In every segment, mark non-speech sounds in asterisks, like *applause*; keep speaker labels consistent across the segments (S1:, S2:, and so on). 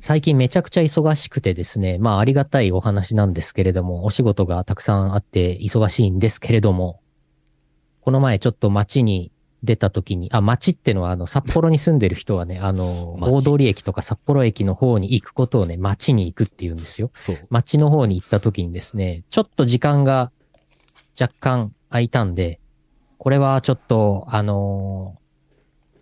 S1: 最近めちゃくちゃ忙しくてですね、まあありがたいお話なんですけれども、お仕事がたくさんあって忙しいんですけれども、この前ちょっと街に出た時に、あ、街ってのはあの札幌に住んでる人はね、あの、
S2: 街
S1: 大通駅とか札幌駅の方に行くことをね、街に行くって言うんですよ。
S2: そう。
S1: 街の方に行った時にですね、ちょっと時間が若干空いたんで、これはちょっと、あのー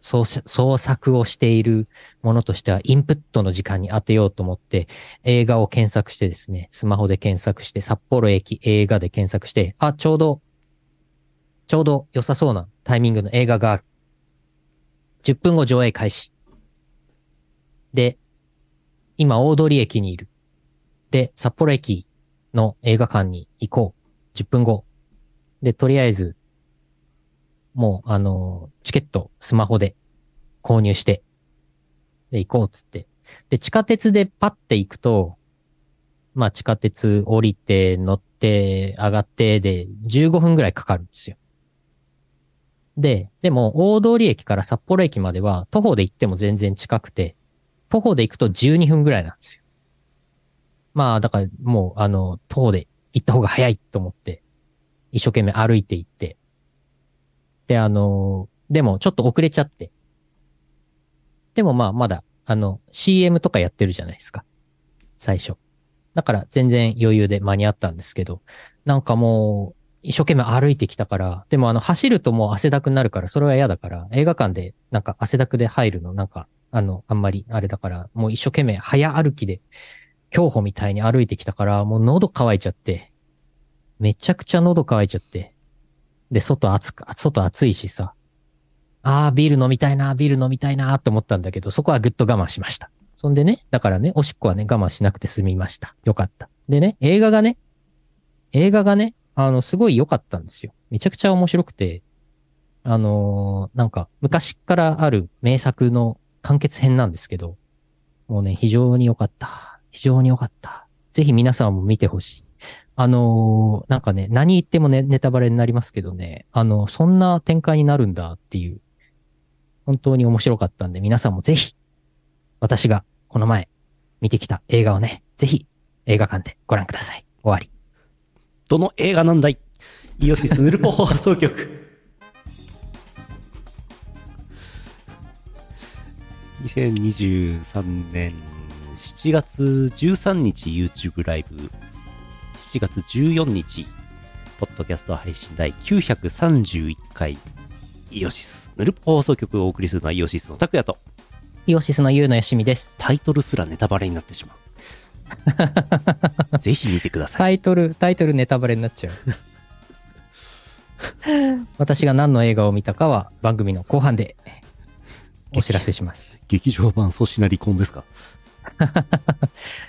S1: 創作創作をしているものとしてはインプットの時間に当てようと思って映画を検索してですね、スマホで検索して札幌駅映画で検索して、あ、ちょうど、ちょうど良さそうなタイミングの映画がある。10分後上映開始。で、今大通駅にいる。で、札幌駅の映画館に行こう。10分後。で、とりあえず、もう、あのーチケット、スマホで購入して、で、行こうっつって。で、地下鉄でパッて行くと、まあ、地下鉄降りて、乗って、上がって、で、15分ぐらいかかるんですよ。で、でも、大通駅から札幌駅までは、徒歩で行っても全然近くて、徒歩で行くと12分ぐらいなんですよ。まあ、だからもう、あの、徒歩で行った方が早いと思って、一生懸命歩いて行って。で、あの、でもちょっと遅れちゃって。でもまあ、まだ、あの、CM とかやってるじゃないですか。最初。だから全然余裕で間に合ったんですけど、なんかもう、一生懸命歩いてきたから、でもあの、走るともう汗だくになるから、それは嫌だから、映画館でなんか汗だくで入るの、なんか、あの、あんまりあれだから、もう一生懸命早歩きで競歩みたいに歩いてきたから、もう喉乾いちゃって、めちゃくちゃ喉乾いちゃって、で、外暑く、外暑いしさ、あービール飲みたいな、ビール飲みたいなって思ったんだけど、そこはぐっと我慢しました。そんでね、だからね、おしっこはね、我慢しなくて済みました。よかった。でね、映画がね、映画がね、あの、すごい良かったんですよ。めちゃくちゃ面白くて、あのーなんか、昔からある名作の完結編なんですけど、もうね、非常に良かった。非常に良かった。ぜひ皆さんも見てほしい。あのーなんかね、何言ってもね、ネタバレになりますけどね、あの、そんな展開になるんだっていう、本当に面白かったんで、皆さんもぜひ、私がこの前見てきた映画をね、ぜひ映画館でご覧ください。終わり。
S2: どの映画なんだいイオシスヌルポ放送局。2023年7月13日 YouTube ライブ、7月14日、ポッドキャスト配信第931回、イオシスヌルポ放送局をお送りするのはイオシスの拓也と、
S1: イオシスのゆうのよしみです。
S2: タイトルすらネタバレになって *laughs* しまう。ぜひ見てください。
S1: タイトル、タイトルネタバレになっちゃう。私が何の映画を見たかは番組の後半でお知らせします。
S2: 劇場版粗品離婚ですか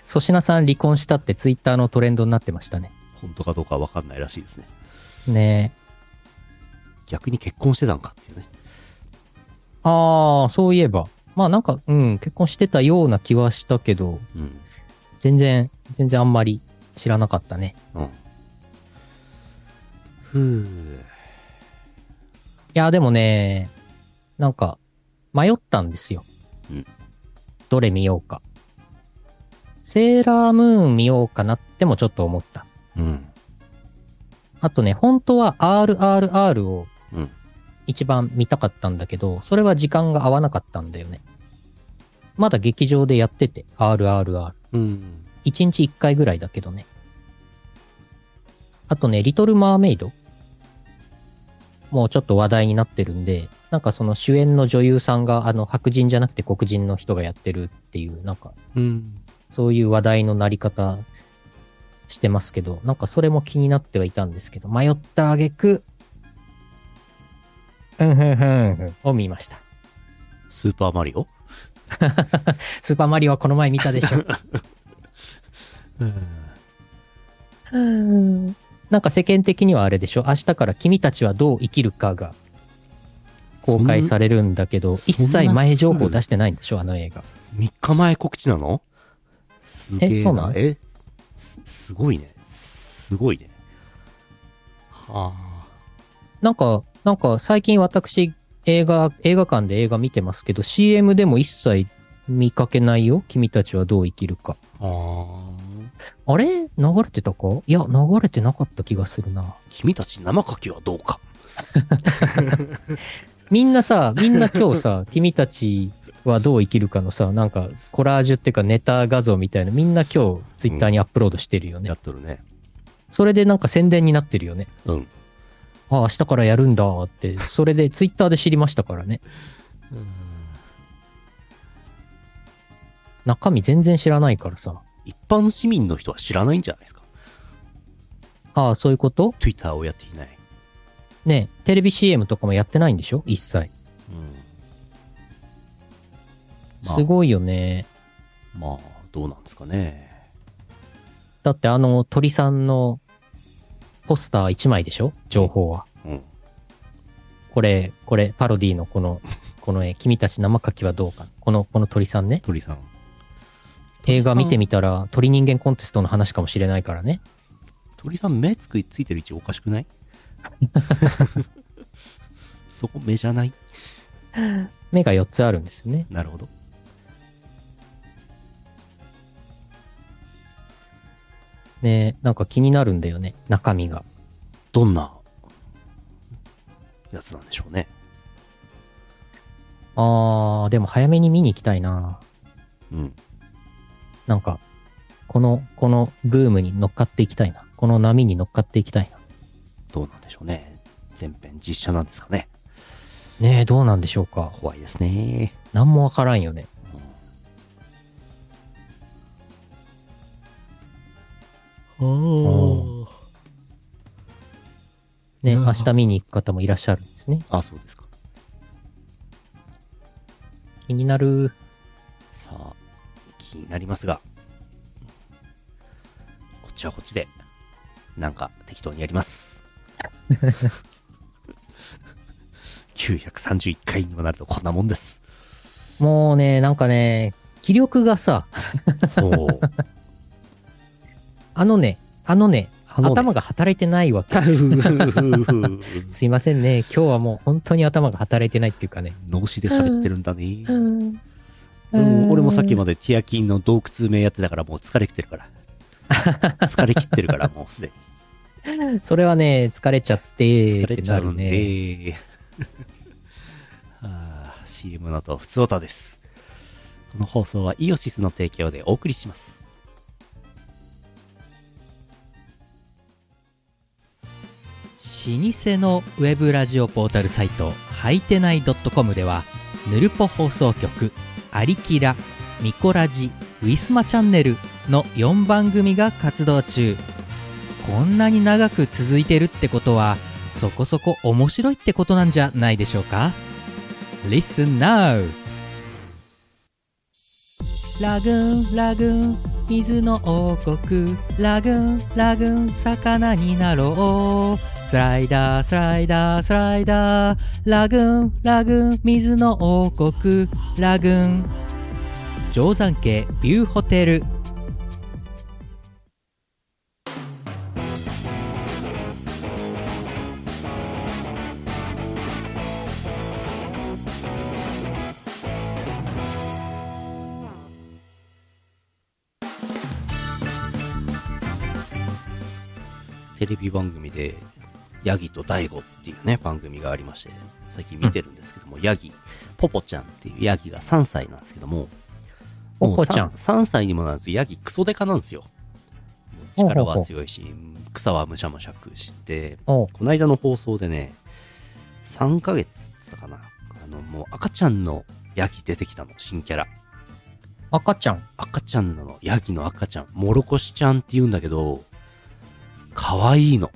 S1: 粗品さん離婚したってツイッターのトレンドになってましたね。
S2: 本当かどうかわかんないらしいですね。
S1: ねえ。
S2: 逆に結婚してたんかっていうね。
S1: ああ、そういえば。まあなんか、うん、結婚してたような気はしたけど、
S2: うん。
S1: 全然、全然あんまり知らなかったね。
S2: うん。ふぅ。
S1: いや、でもね、なんか、迷ったんですよ。
S2: うん
S1: どれ見ようか。セーラームーン見ようかなってもちょっと思った。
S2: うん。
S1: あとね、本当は RRR を
S2: うん。
S1: 一番見たかったんだけど、それは時間が合わなかったんだよね。まだ劇場でやってて、RRR。
S2: うん。
S1: 1日1回ぐらいだけどね。あとね、リトル・マーメイドもうちょっと話題になってるんで、なんかその主演の女優さんが、あの、白人じゃなくて黒人の人がやってるっていう、なんか、
S2: うん。
S1: そういう話題のなり方してますけど、なんかそれも気になってはいたんですけど、迷った挙句うんふんふんふんを見ました。
S2: スーパーマリオ
S1: スーパーマリオはこの前見たでしょ。
S2: うん。
S1: なんか世間的にはあれでしょ明日から君たちはどう生きるかが公開されるんだけど、
S2: そん
S1: 一切前情報出してないんでしょあの映画。
S2: 3日前告知なのすげえな。
S1: えそうなの
S2: えすすごいね。すごいね。はあ。
S1: なんか、なんか最近私映画、映画館で映画見てますけど、CM でも一切見かけないよ。君たちはどう生きるか。
S2: あー
S1: あれ流れてたかいや、流れてなかった気がするな。
S2: 君たち生牡蠣はどうか
S1: みんなさ、みんな今日
S2: *laughs*
S1: さ、君たちはどう生きるかのさ、なんかコラージュっていうかネタ画像みたいな、みんな今日ツイッターにアップロードしてるよね。
S2: やっとるね
S1: それでなんか宣伝になってるよね。
S2: うん
S1: ああ、明日からやるんだって、それでツイッターで知りましたからね。中身全然知らないからさ。
S2: 一般市民の人は知らないんじゃないですか
S1: ああ、そういうこと
S2: Twitter をやっていない、
S1: ねえテレビ CM とかもやってないんでしょ一切。
S2: まあ
S1: すごいよね。
S2: まあどうなんですかね
S1: だってあの鳥さんのポスター1枚でしょ情報は。
S2: うん
S1: これ、これ、パロディのこの、この絵、君たち生牡蠣はどうか。この、この鳥さんね。
S2: 鳥さん
S1: 映画見てみたら鳥人間コンテストの話かもしれないからね。
S2: 鳥さん目つくついてる位置おかしくない *laughs* そこ目じゃない
S1: 目が4つあるんですよね。
S2: なるほど
S1: ねえなんか気になるんだよね。中身が。
S2: どんなやつなんでしょうね
S1: あー、でも早めに見に行きたいな。
S2: うん
S1: なんか、この、このブームに乗っかっていきたいな。この波に乗っかっていきたいな。
S2: どうなんでしょうね全編実写なんですかね
S1: ねえ、どうなんでしょうか。
S2: 怖いですね
S1: なんもわからんよね。ーね、
S2: うん
S1: 明日見に行く方もいらっしゃるんですね。
S2: あそうですか
S1: 気になる。
S2: さあ気になりますがこっちはこっちでなんか適当にやります931回にもなるとこんなもんです
S1: もうね、なんかね、気力がさ、
S2: そう
S1: あのね、あのね、
S2: あのね
S1: 頭が働いてないわ
S2: *laughs*
S1: け。すいませんね。今日はもう本当に頭が働いてないっていうかね。
S2: 脳死で喋ってるんだね
S1: うん。
S2: 俺も俺もさっきまでティアキンの洞窟名やってたからもう疲れきてるから疲れきってるからもうすでに
S1: それはね、疲れちゃって
S2: 疲
S1: っ
S2: れ
S1: て
S2: ちゃ
S1: な
S2: う
S1: る
S2: んで、 *laughs*
S1: ね。
S2: はあ CM の後、ふつおたです。この放送はイオシスの提供でお送りします。
S1: 老舗のウェブラジオポータルサイトはいてない .com ではぬるぽ放送局「アリキラ」「ミコラジ」「ウィスマチャンネル」の4番組が活動中こんなに長く続いてるってことはそこそこ面白いってことなんじゃないでしょうか Listen now! ラグーンラグーン水の王国ラグーンラグーン魚になろうスライダースライダースライダーラグーンラグーン水の王国ラグーン定山家ビューホテル
S2: テレビ番組で、ヤギとダイゴっていうね、番組がありまして、最近見てるんですけども、ヤギ、ポポちゃんっていうヤギが3歳なんですけども、
S1: ポポちゃん
S2: もうさ3歳にもなるとヤギクソデカなんですよ。もう力は強いし、草はむしゃむしゃ食うしって、
S1: お
S2: この間の放送でね、3ヶ月っつったかな。あの、もう赤ちゃんのヤギ出てきたの、新キャラ。
S1: 赤ちゃん
S2: 赤ちゃんなの、ヤギの赤ちゃん。モロコシちゃんって言うんだけど、可愛いの。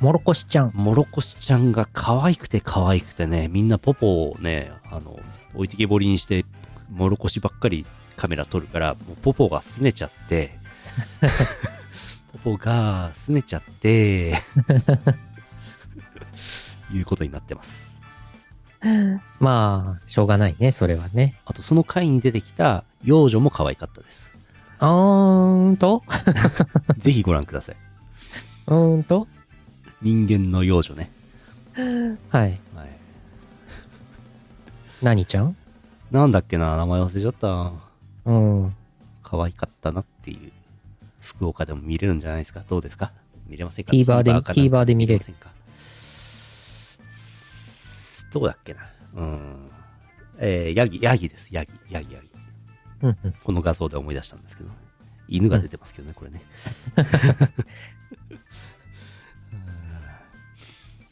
S1: もろこしちゃん
S2: モロコシちゃんが可愛くて可愛くてね、みんなポポをね、あの、置いてけぼりにして、モロコシばっかりカメラ撮るから、もうポポが拗ねちゃって、ポポが拗ねちゃって、いうことになってます。
S1: まあしょうがないねそれはね
S2: あとその回に出てきた幼女も可愛かっ
S1: *laughs*
S2: たです。
S1: うーんと
S2: ぜひご覧ください。
S1: うーんと
S2: 人間の幼女ね。
S1: はい
S2: はい、
S1: 何ちゃん
S2: なんだっけな、名前忘れちゃった。
S1: うん。
S2: 可愛かったなっていう。福岡でも見れるんじゃないですかどうですか見れませんか
S1: TVer で
S2: TVer かなんか
S1: TVer で見れる
S2: ませんかどうだっけなうん。えー、ヤギ、ヤギです。ヤギ、ヤギ、ヤギ。
S1: うんうん。
S2: この画像で思い出したんですけど、犬が出てますけどね、これね。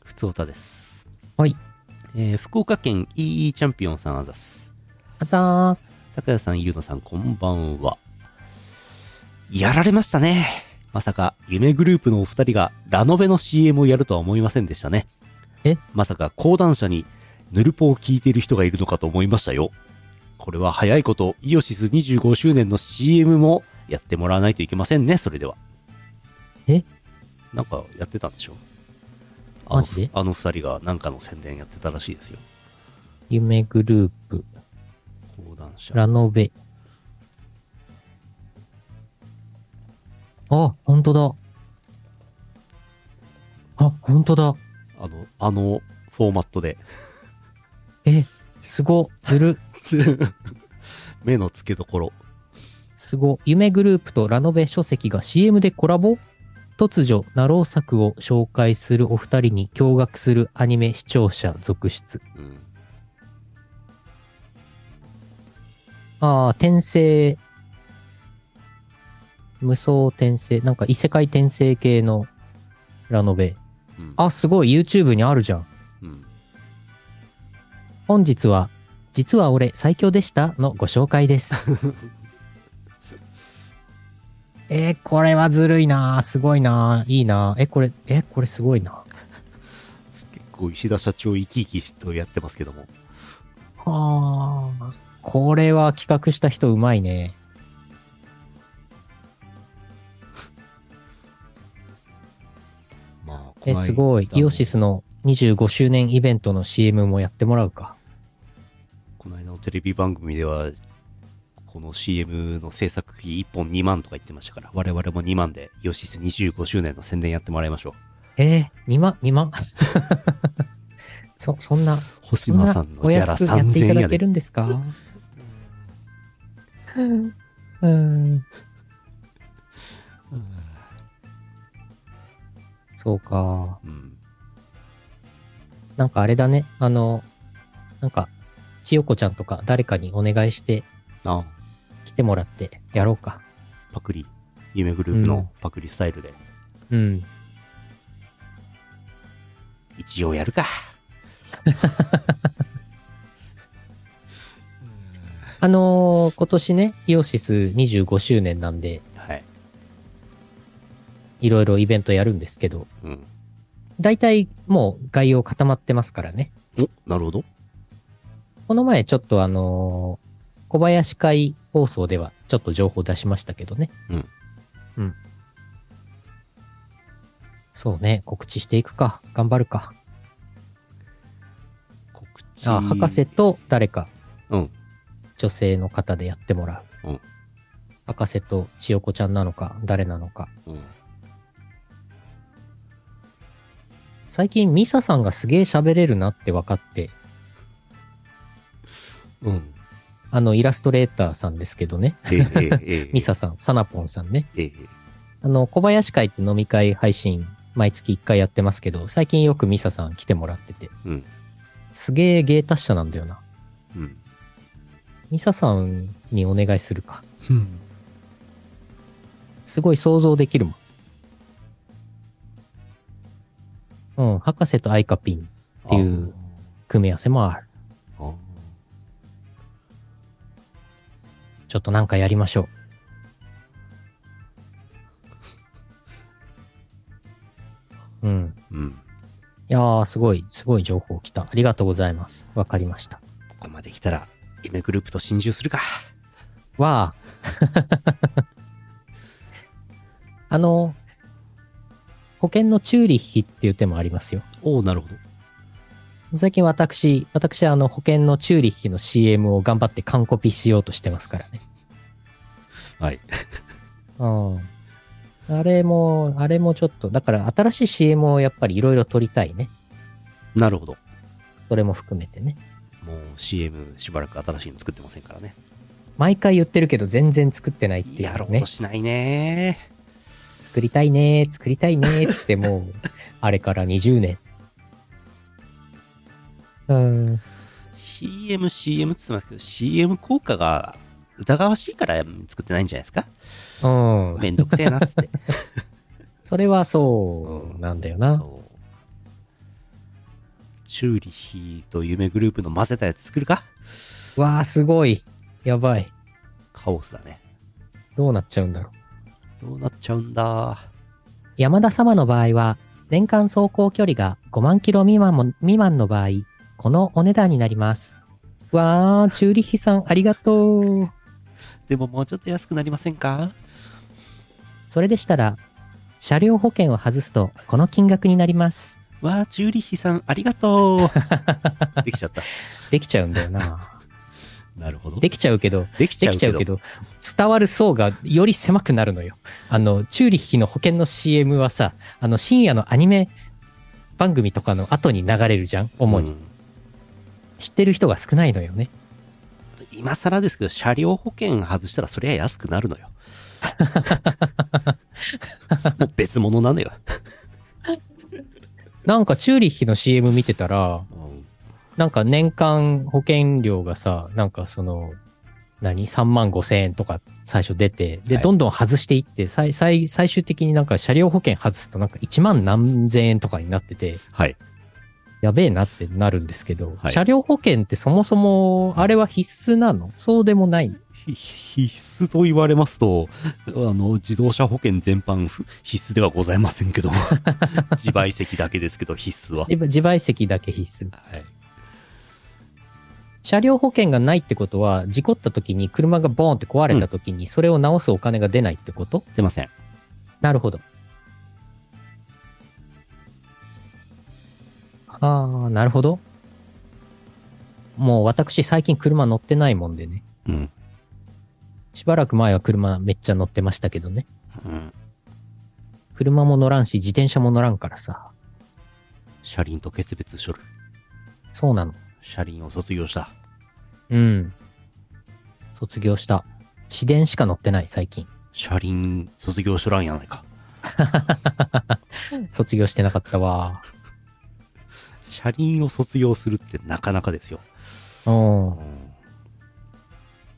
S2: ふつおたです。
S1: はい。
S2: えー福岡県 EE チャンピオンさんあざす。
S1: あざーす。
S2: 高谷さん、ゆうのさん、こんばんは。やられましたね。まさか、夢グループのお二人がラノベの CM をやるとは思いませんでしたね。
S1: え
S2: まさか、講談社にヌルポを聞いている人がいるのかと思いましたよ。これは早いこと、イオシス25周年の CM もやってもらわないといけませんね、それでは。
S1: え
S2: なんかやってたんでしょあの
S1: マジで
S2: あの二人がなんかの宣伝やってたらしいですよ。
S1: 夢グループ、
S2: 講談社。
S1: ラノベ。あ、ほんとだ。あ、ほんとだ。
S2: あの、あのフォーマットで。
S1: え、すご、ずる、
S2: *laughs* 目の付けどころ。
S1: すご、夢グループとラノベ書籍が CM でコラボ突如、ナロー作を紹介するお二人に驚愕するアニメ視聴者続出。
S2: うん。
S1: ああ、転生。無双転生。なんか異世界転生系のラノベ。
S2: うん、
S1: あ、すごい。YouTube にあるじゃん。
S2: うん。
S1: 本日は、実は俺最強でしたのご紹介です。 *laughs* えーこれはずるいなーすごいなーいいなーえ、これ、え、これすごいな
S2: 結構石田社長生き生きとやってますけども。
S1: はあ。これは企画した人うまいね。
S2: まあ、
S1: え、すごい。イオシス
S2: の。
S1: の25周年イベントの CM もやってもらうか。
S2: この間のテレビ番組では、この CM の制作費1本2万とか言ってましたから、我々も2万でイオシス25周年の宣伝やってもらいましょ
S1: えー、2万、2万。 *laughs* そ、そんな、
S2: う。星
S1: そん
S2: 野
S1: な
S2: さんの
S1: お
S2: ギャ
S1: 安
S2: ラ
S1: くやっていた
S2: 3000円
S1: だ
S2: や
S1: け
S2: で
S1: る。んです *laughs* かうん。そうか。
S2: うん。
S1: なんかあれだね。あの、なんか、千代子ちゃんとか誰かにお願いして
S2: あ、
S1: 来てもらってやろうか。
S2: パクリ。夢グループのパクリスタイルで。
S1: うん。
S2: 一応やるか。
S1: あのー今年ね、イオシス25周年なんで、
S2: はい。
S1: いろいろイベントやるんですけど、
S2: うん。
S1: 大体もう概要固まってますからね。
S2: お、なるほど。
S1: この前ちょっとあのー小林会放送ではちょっと情報出しましたけどね。
S2: うん。
S1: うん。そうね、告知していくか。頑張るか。
S2: 告知
S1: あ、博士と誰か
S2: うん。
S1: 女性の方でやってもらう。
S2: うん
S1: 博士と千代子ちゃんなのか、誰なのか。
S2: うん。
S1: 最近ミサさんがすげえ喋れるなって分かって、
S2: うん。
S1: あの、イラストレーターさんですけどね。
S2: えええええ
S1: *laughs*
S2: え
S1: ミサさん、サナポンさんね。
S2: ええ
S1: あの、小林会って飲み会配信、毎月1回やってますけど、最近よくミサさん来てもらってて、
S2: うん。
S1: すげえ芸達者なんだよな。
S2: うん。
S1: ミサさんにお願いするか。すごい想像できるもん。うん、博士とアイカピンっていう組み合わせもある。
S2: あー。あ
S1: ちょっとなんかやりましょう。うん。
S2: ーうん。
S1: いやー、すごい、すごい情報来た。ありがとうございます。わかりました。
S2: ここまで来たら、夢グループと心中するか。
S1: わあ。 *laughs* あの、保険のチューリッヒっていう手もありますよ。
S2: おおなるほど。
S1: 最近私、私あの保険のチューリッヒの CM を頑張って完コピしようとしてますからね。
S2: はい。 *laughs*
S1: うん。あれも、あれもちょっと、だから新しい CM をやっぱりいろいろ撮りたいね。
S2: なるほど。
S1: それも含めてね。
S2: もう CM しばらく新しいの作ってませんからね。
S1: 毎回言ってるけど全然作ってないってい
S2: やろ
S1: う
S2: う
S1: ね
S2: と。しないね。
S1: 作りたいねー、作りたいねーっつってもう、 *laughs* あれから20年。うん。
S2: CM、CM って言ってますけど、CM 効果が疑わしいから作ってないんじゃないですか
S1: うん。
S2: めんどくせえなっつって。
S1: それは *laughs* そうなんだよな。
S2: そう。チューリヒと夢グループの混ぜたやつ作るか
S1: うわあ、すごい。やばい。
S2: カオスだね。
S1: どうなっちゃうんだろう。
S2: どうなっちゃうんだ。
S1: 山田様の場合は、年間走行距離が5万キロ未満も未満の場合、このお値段になります。わー、チューリッヒさんありがとう。
S2: でももうちょっと安くなりませんか
S1: それでしたら、車両保険を外すと、この金額になります。
S2: わあ、チューリヒさん、ありがと *laughs* う。できちゃった。
S1: できちゃうんだよな。
S2: なるほど。
S1: できちゃうけど、
S2: でき
S1: できちゃうけ。ど、伝わる層がより狭くなるのよ。あの、チューリッヒの保険の CM はさ、あの、深夜のアニメ番組とかの後に流れるじゃん、主に。
S2: うん
S1: 知ってる人が少ないのよね。
S2: 今更ですけど、車両保険外したら、そりゃ安くなるの *laughs* よ。もう別物なのよ。
S1: なんかチューリッヒの CM 見てたら、
S2: うん
S1: なんか年間保険料がさ、なんかその、何 ?3 万5千円とか最初出て、で、
S2: はい
S1: どんどん外していって、最最最終的になんか車両保険外すとなんか1万何千円とかになってて、
S2: はい。
S1: やべえなってなるんですけど、
S2: はい
S1: 車両保険ってそもそも、あれは必須なのそうでもない。
S2: ひ必須と言われますと、あの、自動車保険全般ふ必須ではございません *laughs* けど、自賠責だけですけど、必須は。
S1: 自自賠責だけ必須。
S2: はい。
S1: 車両保険がないってことは、事故った時に車がボーンって壊れた時に、それを直すお金が出ないってこと、
S2: 出ません。
S1: なるほど。ああ、なるほど。もう私最近車乗ってないもんでね。
S2: うん。
S1: しばらく前は車めっちゃ乗ってましたけどね。
S2: うん。
S1: 車も乗らんし、自転車も乗らんからさ。
S2: 車輪と決別しとる。
S1: そうなの。
S2: 車輪を卒業した。
S1: うん。卒業した。市電しか乗ってない最近。
S2: 車輪卒業しとらんやないか。
S1: 卒業してなかったわ。
S2: 車輪を卒業するってなかなかですよ。
S1: う
S2: うん
S1: ん。。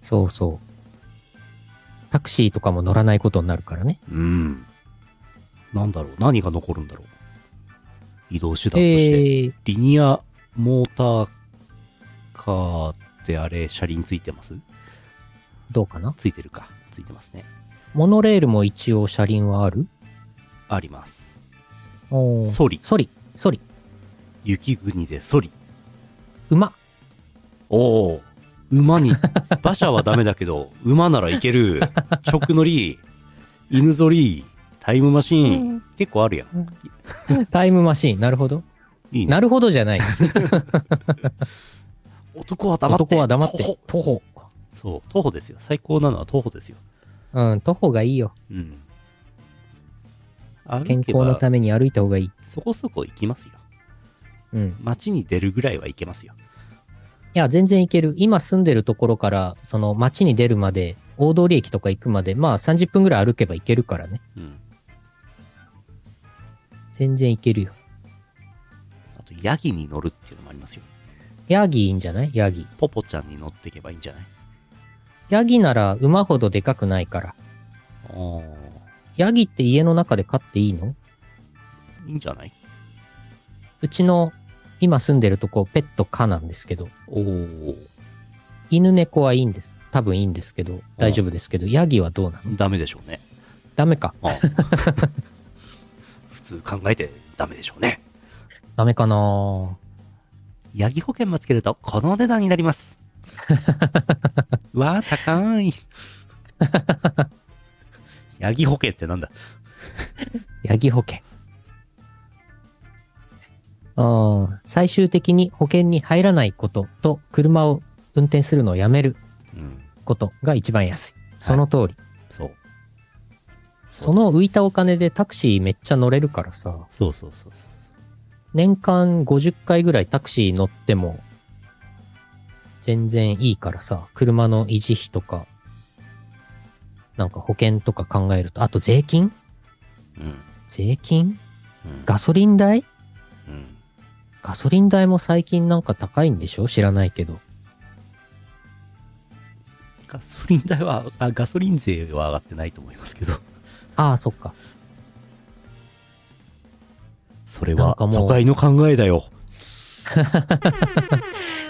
S1: そうそう。タクシーとかも乗らないことになるからね。
S2: うんなんだろう。何が残るんだろう。移動手段として。
S1: えー、
S2: リニアモーターカーってあれ、車輪ついてます
S1: どうかな
S2: ついてるか。ついてますね。
S1: モノレールも一応車輪はある
S2: あります。
S1: おー
S2: ソリ。
S1: ソリ、ソリ、
S2: 雪国でソリ。
S1: 馬。
S2: おお。馬に、馬車はダメだけど、馬ならいける。直乗り、犬ぞり、タイムマシーン。結構あるやん。
S1: タイムマシーン、なるほど。
S2: いいね。
S1: なるほどじゃない。
S2: 男は黙って。
S1: 男は黙って
S2: 徒歩。
S1: 徒歩。
S2: そう、徒歩ですよ。最高なのは徒歩ですよ。
S1: うん、徒歩がいいよ。
S2: うん。歩けば
S1: 健康のために歩いた方がいい。
S2: そこそこ行きますよ。
S1: うん。い
S2: 街に出るぐらいは行けますよ。
S1: や、全然行ける。今住んでるところから、その街に出るまで、大通り駅とか行くまで、まあ30分ぐらい歩けば行けるからね。
S2: うん。
S1: 全然行けるよ。
S2: あと、ヤギに乗るっていうのもありますよ。
S1: ヤギいいんじゃないヤギ。
S2: ポポちゃんに乗っていけばいいんじゃない
S1: ヤギなら馬ほどでかくないから。
S2: ああ。
S1: ヤギって家の中で飼っていいの
S2: いいんじゃないう
S1: ちの今住んでるとこ、ペット可なんですけど、
S2: おお。
S1: 犬猫はいいんです。多分いいんですけど、大丈夫ですけど、ヤギはどうなの
S2: ダメでしょうね。
S1: ダメか。
S2: ああ普通考えてダメでしょうね。
S1: ダメかな
S2: ヤギ保険もつけると、このお値段になります。うわあ、高い。 *laughs* ヤギ保険ってなんだ
S1: ヤギ保険。うん最終的に保険に入らないことと、車を運転するのをやめる
S2: うん。
S1: ことが一番安い。その通り。
S2: そう。
S1: その浮いたお金でタクシーめっちゃ乗れるからさ、
S2: そうそうそうそうそう。
S1: 年間50回ぐらいタクシー乗っても、全然いいからさ、車の維持費とか、なんか保険とか考えると、あと税金
S2: うん。うん。
S1: 税金
S2: うん。
S1: ガソリン代
S2: うん。
S1: ガソリン代も最近なんか高いんでしょ知らないけど。
S2: ガソリン代は、あ、ガソリン税は上がってないと思いますけど、
S1: ああ、そっか。
S2: それ
S1: なん
S2: は
S1: かもう
S2: 都会の考えだよ。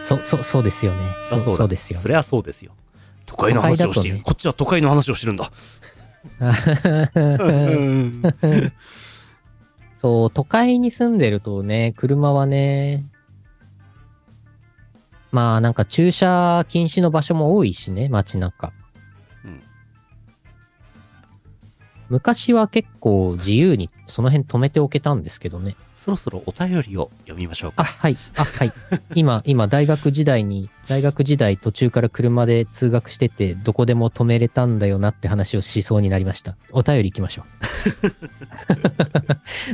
S1: そ、そ、そうですよね。
S2: あ
S1: そう
S2: だ
S1: そうですよ *laughs*
S2: そ
S1: ね。
S2: れはそうですよ。都会の話をしてい
S1: 都会だとね
S2: る、こっちは都会の話をしてるんだ。うん
S1: そう、都会に住んでるとね、車はね、まあなんか駐車禁止の場所も多いしね、街中。
S2: うん
S1: 昔は結構自由にその辺止めておけたんですけどね。
S2: そろそろお便りを読みましょう
S1: あ、
S2: か。
S1: はい、あ、はい。今、今大学時代に、大学時代途中から車で通学してて、どこでも止めれたんだよなって話をしそうになりました。お便り行きましょ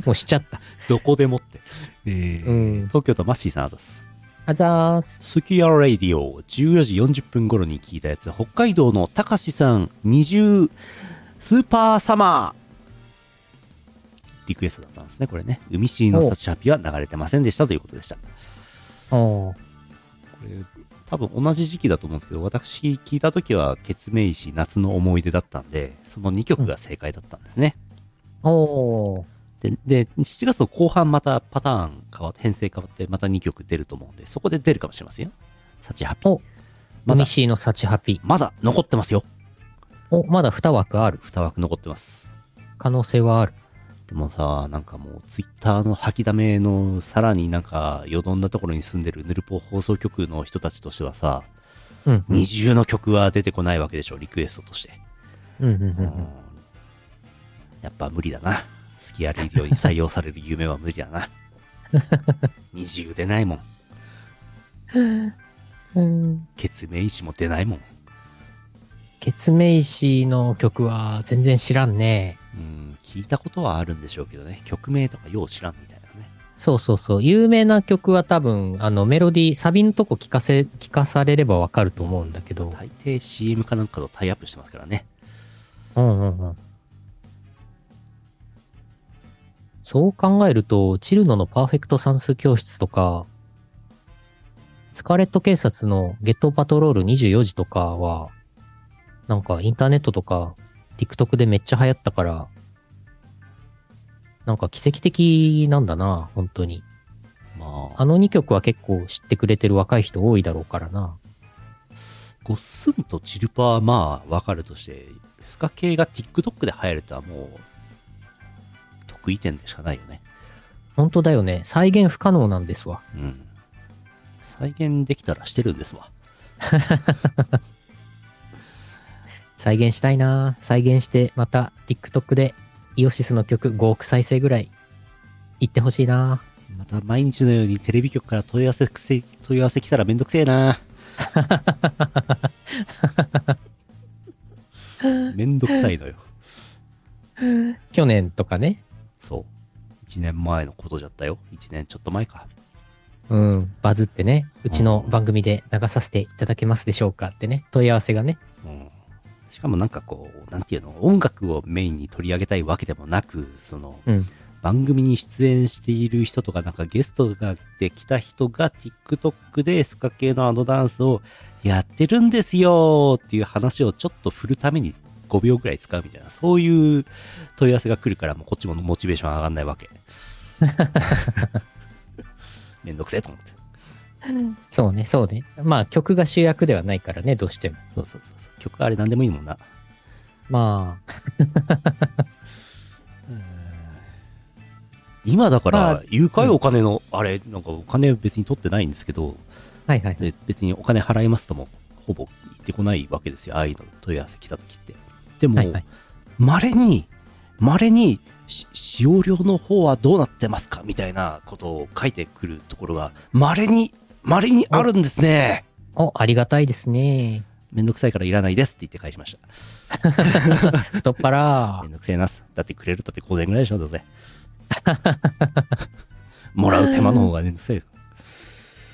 S1: う。
S2: *laughs*
S1: もうしちゃった。
S2: どこでもって。えー
S1: うん
S2: 東京都マッシーさんあざっす。
S1: あざーす。
S2: スキヤラディオ14時40分頃に聞いたやつ北海道のたかしさん20スーパーサマーリクエストだったんですねこれね海シーのサチハピは流れてませんでしたということでしたこ
S1: おー
S2: れ多分同じ時期だと思うんですけど私聞いた時は「決明石夏の思い出」だったんでその2曲が正解だったんですね、
S1: おー
S2: でで7月の後半またパターン変わって編成変わってまた2曲出ると思うんでそこで出るかもしれませんよサチハピ
S1: お
S2: まだ
S1: ミシーの幸ハピ。
S2: まだ残ってますよ
S1: お、まだ2枠ある。
S2: 2枠残ってます
S1: 可能性はある。
S2: でもさなんかもうツイッターの吐きだめのさらになんかよどんだところに住んでるヌルポ放送局の人たちとしてはさ
S1: うん。
S2: 二重の曲は出てこないわけでしょリクエストとして、
S1: うんうんうんう
S2: うん
S1: ん。
S2: やっぱ無理だなスキアレディオに採用される夢は無理だ *laughs* な二重出ないもん
S1: うん。
S2: 決明石も出ないもん
S1: ケツメイシの曲は全然知らんね。
S2: うん聞いたことはあるんでしょうけどね曲名とかよう知らんみたいなね
S1: そうそうそう。有名な曲は多分、あの、メロディー、サビのとこ聞かせ、聞かされればわかると思うんだけど。
S2: 大抵 CM かなんかとタイアップしてますからね
S1: うんうんうん。そう考えると、チルノのパーフェクト算数教室とか、スカーレット警察のゲットパトロール24時とかは、なんかインターネットとか TikTok でめっちゃ流行ったから、なんか奇跡的なんだな、本当に。
S2: まあ
S1: あの2曲は結構知ってくれてる若い人多いだろうからな。
S2: ごっすんとチルパはまあわかるとして、スカ系が TikTok で流行るとはもう、得意点でしかないよね。
S1: 本当だよね。再現不可能なんですわ。
S2: うん。再現できたらしてるんですわ。
S1: 再現したいなぁ再現して、また TikTok でイオシスの曲5億再生ぐらい言ってほしいなぁ
S2: また毎日のようにテレビ局から問い合わせくせ、問い合わせ来たらめんどくせえな。めんどくさいのよ。
S1: 去年とかね。
S2: そう。1年前のことじゃったよ。1年ちょっと前か。
S1: うん。バズってね、うちの番組で流させていただけますでしょうかってね、問い合わせがね。
S2: うん、しかもなんかこうなんていうの音楽をメインに取り上げたいわけでもなくその
S1: うん。
S2: 番組に出演している人とかなんかゲストができた人が TikTok でスカ系のあのダンスをやってるんですよっていう話をちょっと振るために5秒ぐらい使うみたいなそういう問い合わせが来るからもうこっちもモチベーション上がんない
S1: *laughs*
S2: わけめんどくせえと思って
S1: そうね、そうね。まあ曲が主役ではないからね、どうしても。
S2: そうそうそうそう曲あれ何でもいいもんな
S1: まあ、
S2: 今だ
S1: ま
S2: から
S1: あ
S2: 誘拐お金の、あれなんかお金別に取ってないんですけど
S1: はいはい。
S2: で別にお金払いますともほぼ言ってこないわけですよああいうの問い合わせ来た時ってでも
S1: はいはい。
S2: まれ、稀にまれにし使用料の方はどうなってますかみたいなことを書いてくるところがまれにまれにあるんですね
S1: お、ありがたいですね。
S2: めんどくさいからいらないですって言って返しまし
S1: 太っ
S2: た
S1: 腹
S2: め。んどくせえなすだってくれるだって5円ぐらいでしょ *laughs* どうせもらう手間の方がめんどくさい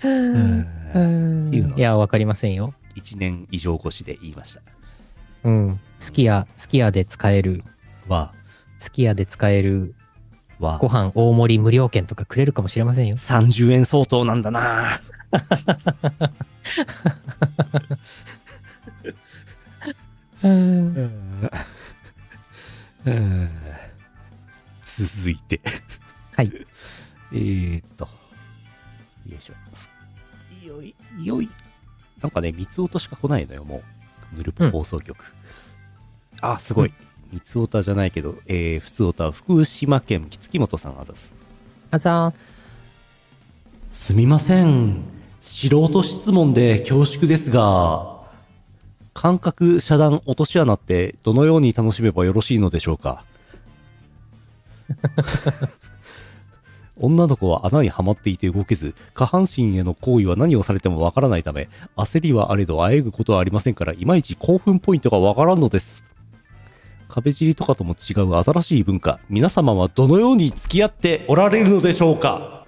S1: うん
S2: いうの
S1: いや、わかりませんよ。
S2: 1年以上越しで言いました。
S1: うん。すき家、すき家で使える、
S2: わ、
S1: すき家で使える
S2: わ
S1: ご、飯大盛り無料券とかくれるかもしれませんよ。
S2: 30円相当なんだな
S1: うん。
S2: うん続いて。
S1: はい。
S2: えーっと。よいしょ。よい、よい。なんかね、三つおとしか来ないのよ、もう。ヌルポ放送局。あ、すごい。三つおたじゃないけど、えー、普通おたは福島県木本さんあざす。
S1: あざーす。
S2: すみません。素人質問で恐縮ですが、感覚遮断落とし穴ってどのように楽しめばよろしいのでしょうか *laughs* 女の子は穴にはまっていて動けず、下半身への行為は何をされてもわからないため、焦りはあれどあえぐことはありませんから、いまいち興奮ポイントがわからんのです。壁尻とかとも違う新しい文化、皆様はどのように付き合っておられるのでしょうか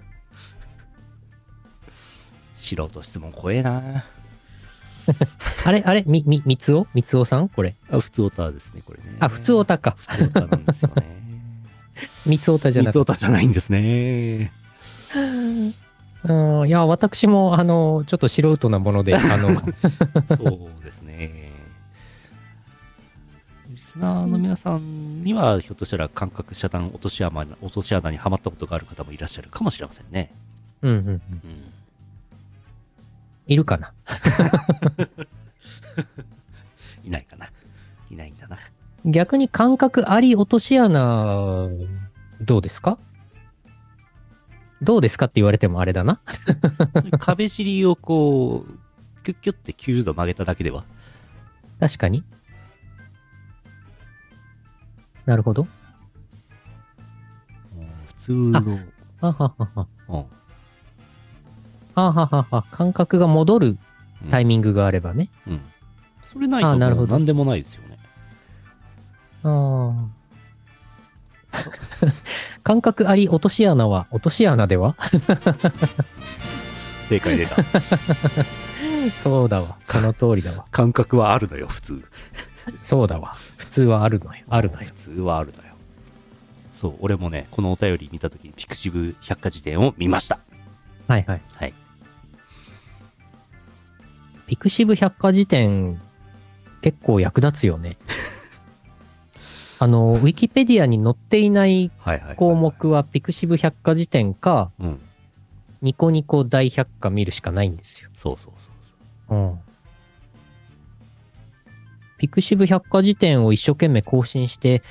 S2: 素人質問怖えな
S1: あれ、あれ、み、み、みつおみつおさんこれ。
S2: あ普通オタですねこれね
S1: あ、普通おたか。
S2: 普通オタなんですよね
S1: みつお *laughs* たじゃ
S2: 普
S1: な
S2: 通
S1: く
S2: オタじゃないんで
S1: *laughs*
S2: すね
S1: うん。いや、私も、あの、ちょっと素人なもので、あ *laughs* の、
S2: そうですねリスナーの皆さんにはひょっとしたら感覚遮断落とし穴落とし穴にはまったことがある方もいらっしゃるかもしれませんね、
S1: うんうんうん。
S2: うん、
S1: いるかない
S2: ないかないないんだな
S1: 逆に感覚あり落とし穴、どうですかどうですかって言われてもあれだな。
S2: そういう壁尻をこうキュッキュッて90度曲げただけでは
S1: 確かに。なるほど。
S2: うん普通の
S1: はははは。
S2: うん
S1: はははは。感覚が戻るタイミングがあればね。
S2: うん。それない
S1: あ
S2: と
S1: ーなるほ
S2: もう
S1: ど
S2: 何でもないですよね。
S1: ああ。 *laughs* 感覚あり落とし穴は、落とし穴では
S2: 正解出た。
S1: そうだ *laughs* わ。その通りだわ。
S2: *laughs* 感覚はあるのよ、普通。
S1: そうだわ。普通はあるのよ。あるのよ
S2: 普。通はあるのよ。そう、俺もね、このお便り見たときに、ピクシブ百科事典を見ました。
S1: はいはい。
S2: はい。
S1: ピクシブ百科事典、結構役立つよね。あの、ウィキペディアに載っていない
S2: はいはい。
S1: 項。目は、ピクシブ百科事典か、
S2: うん。
S1: ニコニコ大百科見るしかないんですよ。
S2: そうそうそうそう。
S1: うん。ピクシブ百科事典を一生懸命更新して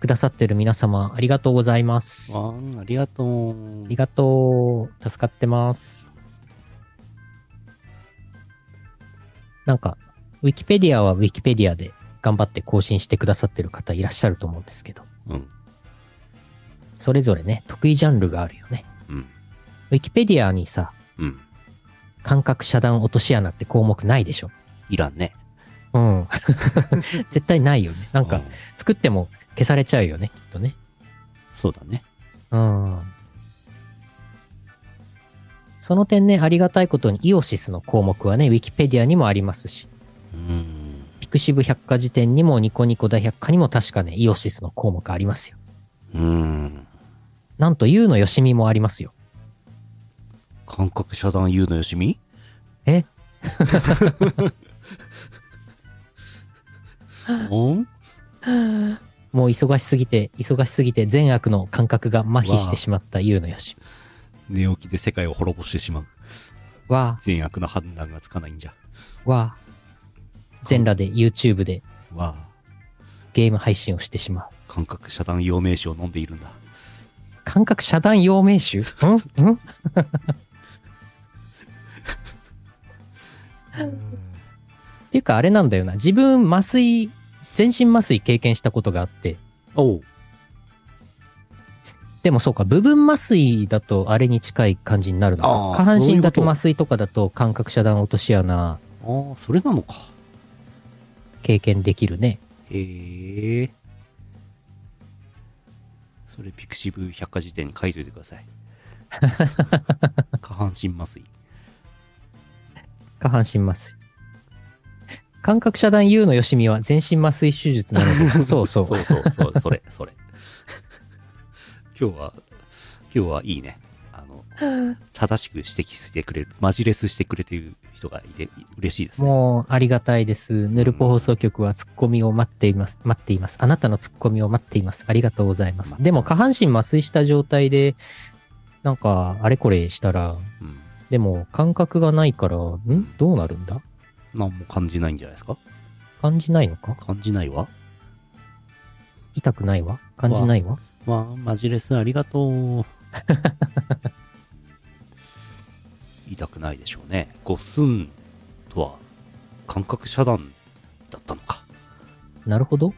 S1: くださってる皆様、ありがとうございます。あ
S2: あーありがとう。
S1: りがとう。助かってます。なんか、ウィキペディアはウィキペディアで頑張って更新してくださってる方いらっしゃると思うんですけど、
S2: うん。
S1: それぞれね、得意ジャンルがあるよね。
S2: うん。
S1: ウィキペディアにさ、
S2: うん。
S1: 感覚遮断落とし穴って項目ないでしょ。
S2: いらんね。
S1: うん。 *laughs* 絶対ないよね。なん
S2: う
S1: か、作っても消されちゃうよね、きっとね。
S2: そうだね。
S1: うん。その点ね、ありがたいことにイオシスの項目はね、ウィキペディアにもありますし、
S2: うん。
S1: ピクシブ百科事典にもニコニコ大百科にも確かね、イオシスの項目ありますよ。
S2: うん。
S1: なんと、ユウのよしみもあり *laughs* ますよ。
S2: 感覚遮断言うのよしみ
S1: え
S2: *laughs* うん
S1: もう忙しすぎて、忙しすぎて善悪の感覚が麻痺してしまったユウのよし
S2: 寝起きで世界を滅ぼしてしまう。
S1: み。わ
S2: 善悪の判断がつかないんじゃ。
S1: あ、わあ。全裸で YouTube で
S2: わあ。
S1: ゲーム配信をしてしまう。
S2: 感覚遮断陽明酒を飲んでいるんだ
S1: 感覚遮断陽明酒うんうんっていうかあれなんだよな自分麻酔全身麻酔経験したことがあって
S2: おう
S1: でもそうか部分麻酔だとあれに近い感じになるの
S2: あー
S1: か下半
S2: そういう
S1: 身
S2: こと
S1: だけ麻酔とかだと感覚遮断落とし穴
S2: ああそれなのか
S1: 経験できるね
S2: へえそれピク *laughs* シブ百科事典に書いといてください下半身麻酔
S1: 下半身麻酔。感覚遮断 U のよしみは全身麻酔手術なの
S2: *laughs*
S1: で、そうそう。
S2: そうそうそう、それ、それ。 *laughs* 今日は、今日はいいね。あの、正しく指摘してくれる、マジレスしてくれてる人がいて、嬉しいですね。
S1: もうありがたいです。ヌルポ放送局はツッコミを待っています。待っています。あなたのツッコミを待っています。ありがとうございま。
S2: 待ってますす
S1: でも下半身麻酔した状態で、なんかあれこれしたら、
S2: うん。
S1: でも感覚がないから、んどうなるんだ
S2: 何も感じないんじゃないですか
S1: 感じないのか
S2: 感じないわ。
S1: 痛くないわ感じないわ
S2: まあ、マジレスありが *laughs* とう。痛くないでしょうね。ゴスンとは、感覚遮断だったのか。
S1: なるほど。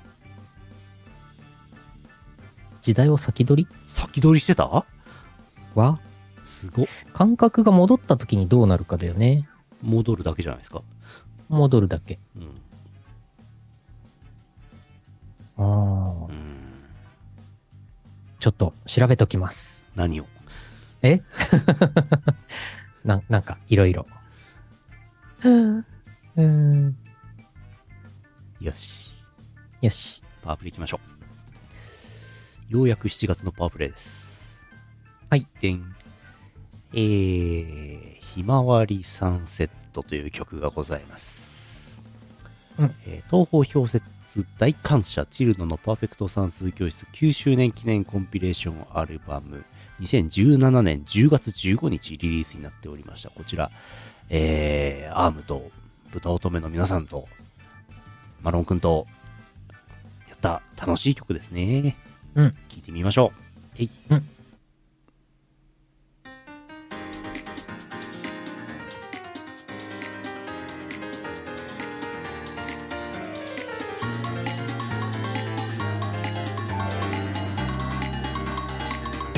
S1: 時代を先取り
S2: 先取りしてた
S1: は
S2: すごっ。
S1: 感覚が戻った時にどうなるかだよね。
S2: 戻るだけじゃないですか。
S1: 戻るだけ。
S2: うん。
S1: あ
S2: う
S1: あ。
S2: ん。
S1: ちょっと調べときます。
S2: 何を
S1: *laughs* ななんか、いろいろ。うん。
S2: よし。
S1: よし。
S2: パワープレイ行きましょう。ようやく7月のパワープレイです。
S1: はい。
S2: でん。えー、ひまわりサンセットという曲がございます。
S1: うん
S2: えー東方氷雪大感謝チルノのパーフェクト算数教室9周年記念コンピレーションアルバム2017年10月15日リリースになっておりました。こちら、えー、アームと豚乙女の皆さんとマロンくんとやった楽しい曲ですね。
S1: うん。
S2: 聞いてみましょう。えい。
S1: うん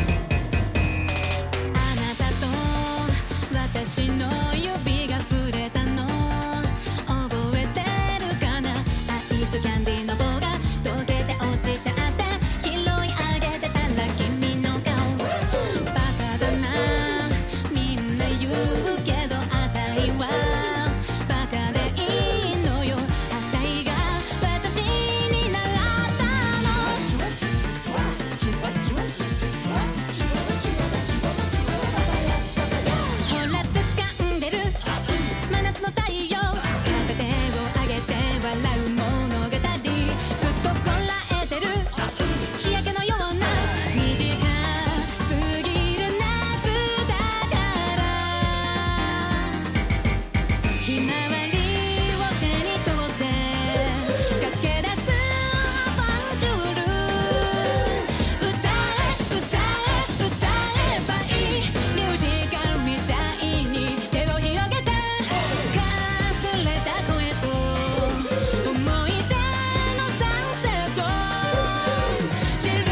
S3: 「あなたと私の指が触れたの覚えてるかな」「アイスキャンディーの棒が溶けて落ちちゃって」「拾い上げてたら君の顔」「バカだなみんな言うけどあたいはバカでいいのよ」「あたいが私に習ったの」ほら掴んでる真夏の太陽片手を上げて笑う物語ぐっとこらえてる日焼けのような短すぎる夏だからひまわりを手に取って駆け出すアバンジュール歌え歌え歌えばいいミュージカルみたいに手を広げてかすれた声と思い出のサンセット散るの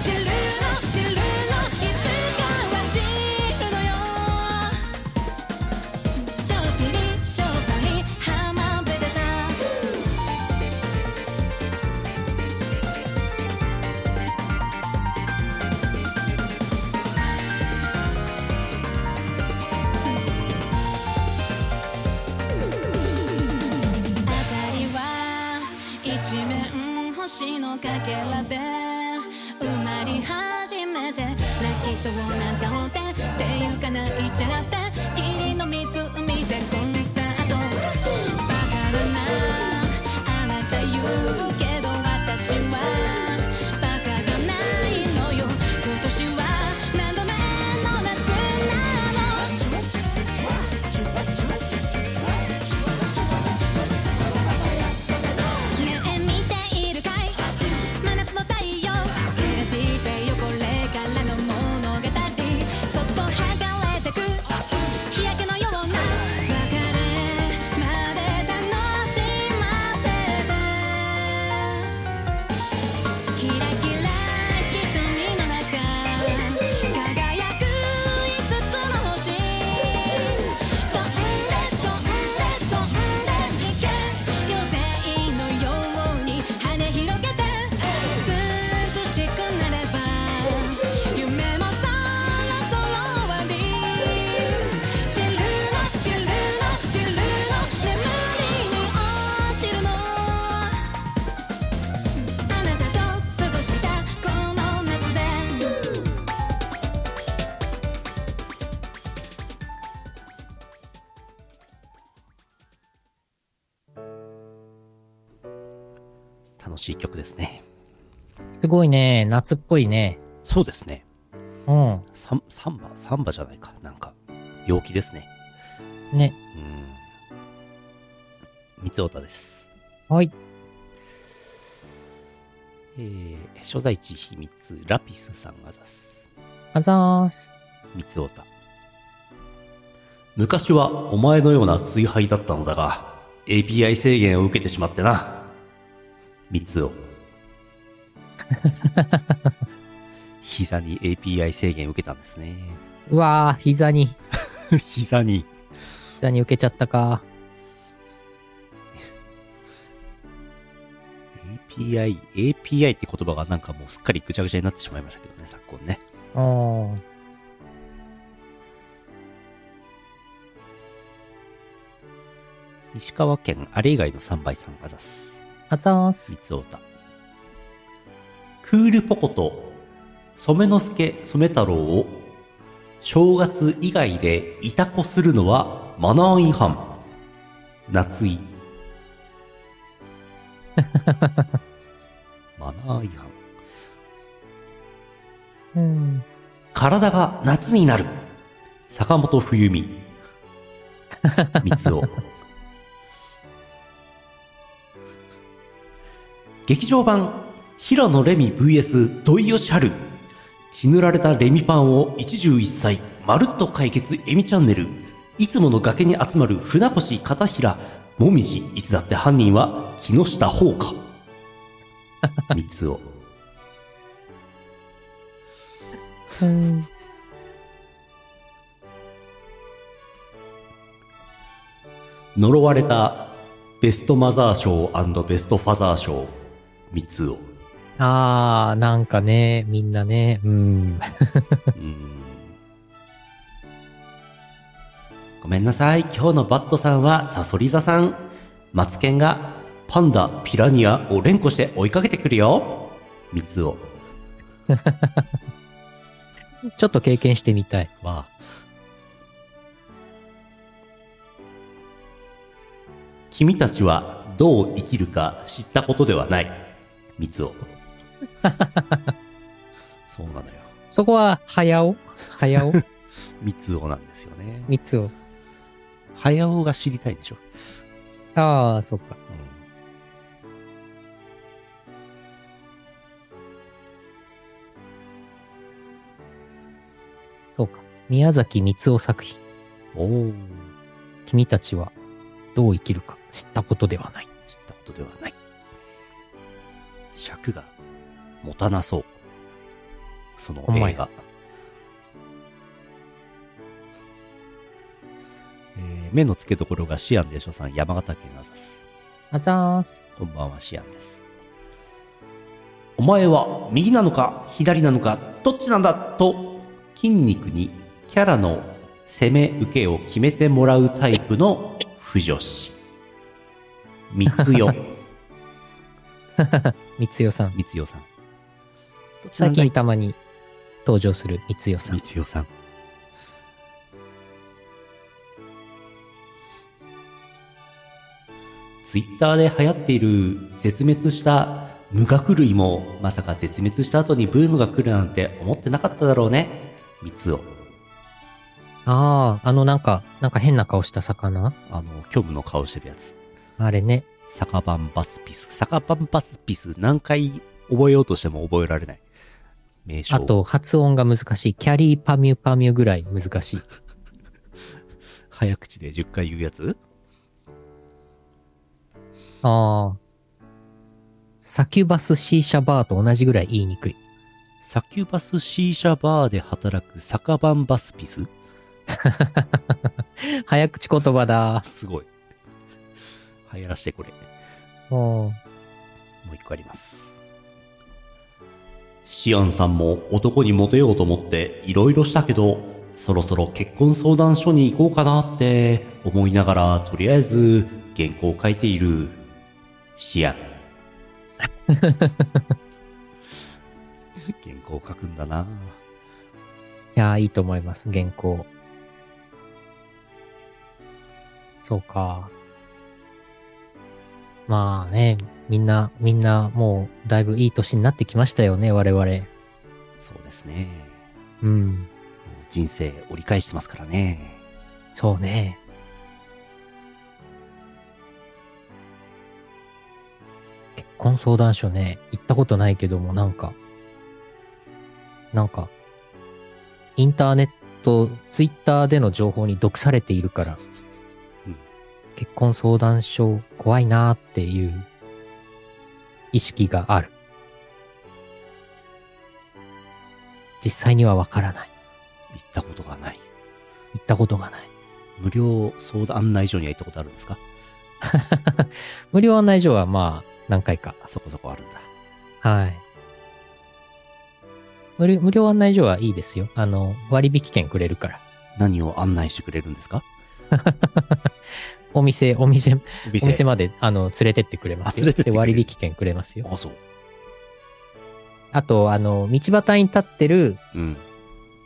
S3: 散るの散るのいつかは散るのよちょぴりしょっぱり浜辺でさあたりは一面星のかけらで埋まり始めて泣きそうな顔でっていうか泣いちゃって霧の湖でコンサートバカだなあなた言うけど私はバカじゃないのよ今年は何度目の夏なのねえ見ているかい真夏の太陽照らしてよこれからの物語そっと剥がれてく日焼けのような別れまで楽しませて
S2: 楽しい曲ですね。
S1: すごいね、夏っぽいね。
S2: そうですね。
S1: うん。
S2: サンサンバ、サンバじゃないか。なんか、陽気ですね。
S1: ね。
S2: うん。三つおたです。
S1: はい。
S2: えー、所在地秘密、ラピスさんがざす。
S1: あざーす。
S2: 三つ太田昔はお前のような追廃だったのだが API 制限を受けてしまってな三つ *laughs* お膝に API 制限を受けたんですね
S1: うわー、膝に、
S2: *laughs* 膝に
S1: 膝に受けちゃったか。
S2: API API って言葉がなんかもうすっかりぐちゃぐちゃになってしまいましたけどね昨今ね
S1: うん。
S2: 石川県あれ以外の3倍さんがざす
S1: あざーす
S2: 三。つおたクールポコと染之助染太郎を正月以外でいたこするのはマナー違反夏井 *laughs* マナー違反
S1: うん。
S2: 体が夏になる坂本冬美三つ男劇場版平野レミ VS 土井善晴血塗られたレミパンを一汁一菜まるっと解決エミチャンネルいつもの崖に集まる船越片平もみじいつだって犯人は木下ほうか三つ男
S1: うん。
S2: 呪われたベストマザー賞ベストファザー賞三つを
S1: あー、なんかね、みんなね、うん。
S2: ごめんなさい今日のバットさんはサソリ座さんマツケンがパンダピラニアを連呼して追いかけてくるよ三つを
S1: ちょっと経験してみたい。
S2: は君たちはどう生きるか知ったことではない三つを *laughs* そうなのよ
S1: そこは、早尾早尾 *laughs*
S2: 三つ男なんですよね。
S1: 三つを。
S2: 早尾が知りたいでしょ。
S1: あー、そっか
S2: う。ん
S1: そうか。宮崎三夫作品。
S2: おー
S1: 君たちはどう生きるか知ったことではない。
S2: 知ったことではない。尺が持たなそう。その
S1: ほんま
S2: 映
S1: や
S2: 画。えー目の付けどころがシアンでしょさん、山形県アザス。
S1: あざーす。
S2: こんばんは、シアンです。お前は右なのか左なのかどっちなんだと筋肉にキャラの攻め受けを決めてもらうタイプの不女子。三つよ、
S1: 三代さん。
S2: 三つよさん。どっちな
S1: 最
S2: んだ
S1: 近
S2: い
S1: たまに登場する三代さん
S2: 三。つよさん。ツイッターで流行っている絶滅した無学類もまさか絶滅した後にブームが来るなんて思ってなかっただろうね。三つを。
S1: ああ、あのなんか、なんか変な顔した魚
S2: あの、虚無の顔してるやつ。
S1: あれね。
S2: サカバンバスピス。サカバンバスピス何回覚えようとしても覚えられない。名称。
S1: あと、発音が難しい。キャリーパミュパミュぐらい難しい。
S2: 早口で10回言うやつ
S1: ああ。サキュバスシーシャバーと同じぐらい言いにくい。
S2: サキュバスシーシャバーで働くサカバンバスピス
S1: 早口言葉だ。
S2: すごい。流行らしてこれ。
S1: おー
S2: もう一個あります。シアンさんも男にモテようと思っていろいろしたけど、そろそろ結婚相談所に行こうかなって思いながら、とりあえず原稿を書いているシ *laughs* アン。原稿を書くんだない
S1: やー、いいと思います。原稿。そうか。まあね、みんな、みんなもうだいぶいい年になってきましたよね、我々。
S2: そうですね。
S1: うん。
S2: もう人生折り返してますからね。
S1: そうね。結婚相談所ね、行ったことないけども、なんか、なんか、インターネット、ツイッターでの情報に毒されているから
S2: うん、
S1: 結婚相談所怖いなーっていう意識がある。実際にはわからない。
S2: 行ったことがない。
S1: 行ったことがない。
S2: 無料相談案内所には行ったことあるんですか
S1: 無料案内所はまあ、何回か。
S2: そこそこあるんだ。
S1: はい。無料無料案内所はいいですよ。あの、割引券くれるから。
S2: 何を案内してくれるんですか
S1: お店、お店、
S2: お
S1: お店まで、あの、連れてってくれます
S2: あ
S1: よ。
S2: 連れてってくれる
S1: で割引券くれますよ。
S2: あ、そう。
S1: あと、あの、道端に立ってる
S2: うん。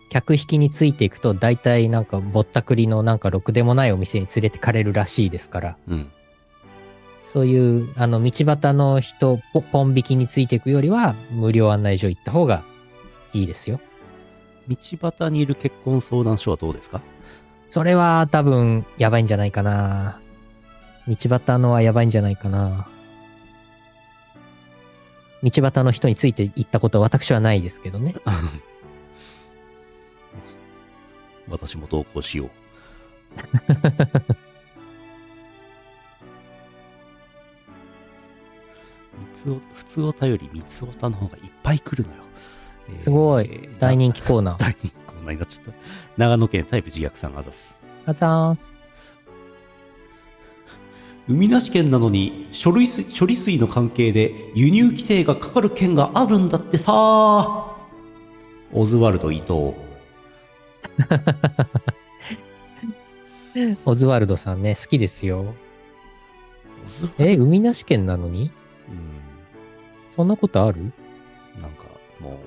S1: 客引きについていくと、大体なんかぼったくりのなんかろくでもないお店に連れてかれるらしいですから、
S2: うん。
S1: そういう、あの、道端の人、ポポン引きについていくよりは、無料案内所行った方がいいですよ。
S2: 道端にいる結婚相談所はどうですか
S1: それは多分やばいんじゃないかな。道端のはやばいんじゃないかな。道端の人について行ったことは私はないですけどね。
S2: 私も同行しよう。三つお普通お便り三つおたの方がいっぱい来るのよ。えー
S1: すごい。大人気コーナー。
S2: 大人気コーナーになっちゃった。長野県タイプ自虐さんあざす。
S1: あざーす。
S2: 海なし県なのに処理水処理水の関係で輸入規制がかかる県があるんだってさオズワルド伊藤
S1: オズワルドさんね、好きですよ。
S2: オズワ
S1: え、海なし県なのに
S2: うん
S1: そんなことある
S2: なんかも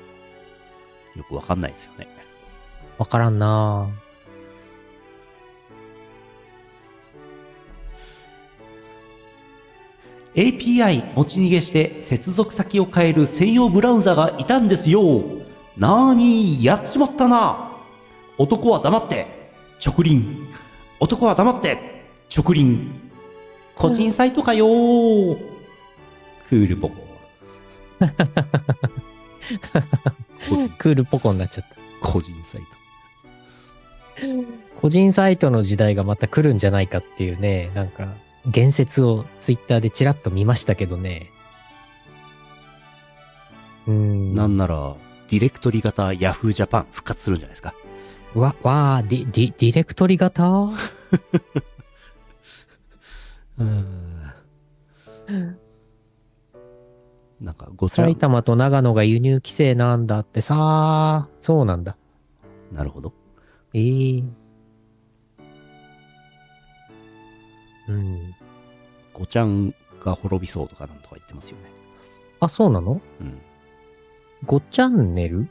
S2: うよくわかんないですよね
S1: わからんなぁ。
S2: API 持ち逃げして接続先を変える専用ブラウザがいたんですよなーにやっちまったな男は黙って直輪男は黙って直輪個人サイトかよークールポコ個人
S1: クールポコになっちゃった。
S2: 個人サイト
S1: 個人サイトの時代がまた来るんじゃないかっていうね、なんか、言説をツイッターでちらっと見ましたけどね。うーん。
S2: なんならディレクトリ型 Yahoo Japan 復活するんじゃないですか
S1: わ、わあ、ディ、ディ、ディレクトリ型
S2: なんかご
S1: 埼玉と長野が輸入規制なんだってさそうなんだ。
S2: なるほど
S1: ええうん。
S2: ごちゃんが滅びそうとかなんとか言ってますよね
S1: あ、そうなの
S2: うん
S1: ?5 チャンネル
S2: っ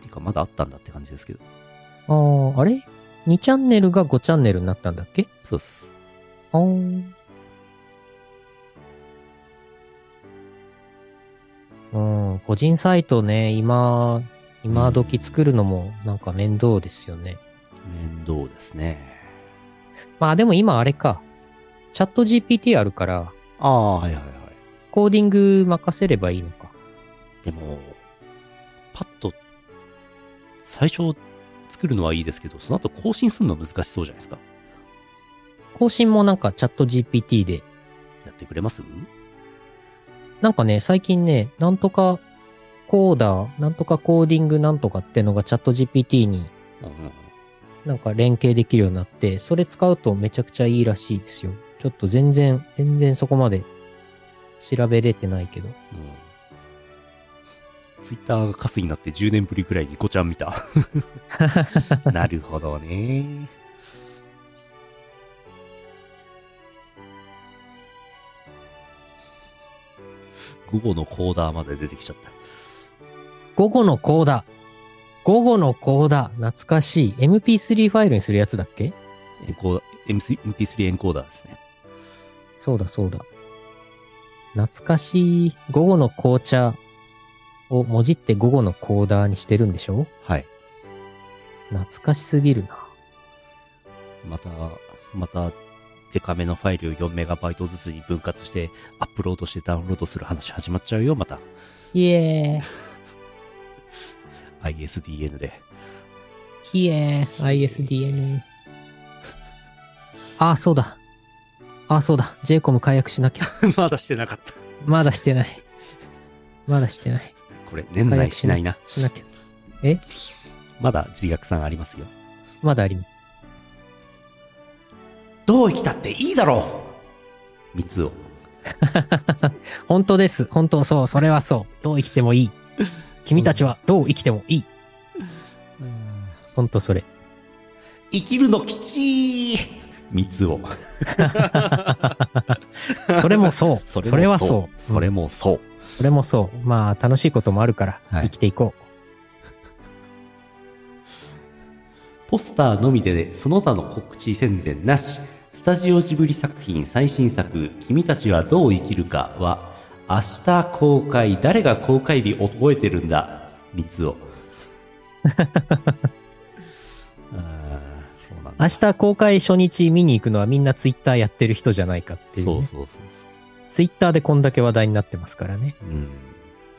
S2: ていうかまだあったんだって感じですけど
S1: ああ、あれ ?2 チャンネルが5チャンネルになったんだっけ
S2: そうっす
S1: あーうん、個人サイトね、今、今時作るのもなんか面倒ですよね。
S2: 面倒ですね
S1: まあでも今あれか、チャット GPT あるから、
S2: ああはいはいはい
S1: コーディング任せればいいのか。
S2: でもパッと最初作るのはいいですけどその後更新するのは難しそうじゃないですか
S1: 更新もなんかチャット GPT で、
S2: やってくれます
S1: なんかね、最近ね、なんとかコーダー、なんとかコーディングなんとかってのがチャット GPT に
S2: うんうんうん
S1: なんか連携できるようになって、それ使うとめちゃくちゃいいらしいですよ。ちょっと全然、全然そこまで調べれてないけど。
S2: ツイッターがカスになって10年ぶりぐらいにごちゃん *laughs* 見た。なるほどね。午後のコーダーまで出てきちゃった。
S1: 午後のコーダ。午後のコーダ。懐かしい。MP3 ファイルにするやつだっけ
S2: エンコーダー MC MP3 エンコーダーですね。
S1: そうだそうだ。懐かしい午後の紅茶をもじって午後のコーダーにしてるんでしょ
S2: はい。
S1: 懐かしすぎるな。
S2: また、また、デカめのファイルを4メガバイトずつに分割して、アップロードしてダウンロードする話始まっちゃうよ、また。
S1: ひえ
S2: ISDN で。
S1: ー、ひえー、ISDN。あ、そうだ。あ、そうだ。j イコム解約しなきゃ。
S2: *laughs* まだしてなかった。
S1: まだしてない。まだしてない。
S2: これ、年内しないな。
S1: しなきゃ。
S2: まだ自虐さんありますよ。
S1: まだあります。
S2: どう生きたっていいだろう三つを。
S1: 本当です。本当そう。それはそう。どう生きてもいい。君たちはどう生きてもいい。本当それ。
S2: 生きるの吉三つを。
S1: それもそう。 *laughs* それはそう。
S2: それもそう。
S1: それもそう。まあ、楽しいこともあるから、
S2: はい
S1: 生きていこ
S2: ポスターのみでその他の告知宣伝なしスタジオジブリ作品最新作「君たちはどう生きるか」は明日公開誰が公開日覚えてるんだ三つ *laughs* をあーそうなん
S1: う。
S2: だ
S1: 明日公開初日見に行くのはみんなツイッターやってる人じゃないかっていう、
S2: そう
S1: ね。
S2: そうそうそ
S1: ツイッターでこんだけ話題になってますからね。
S2: ううん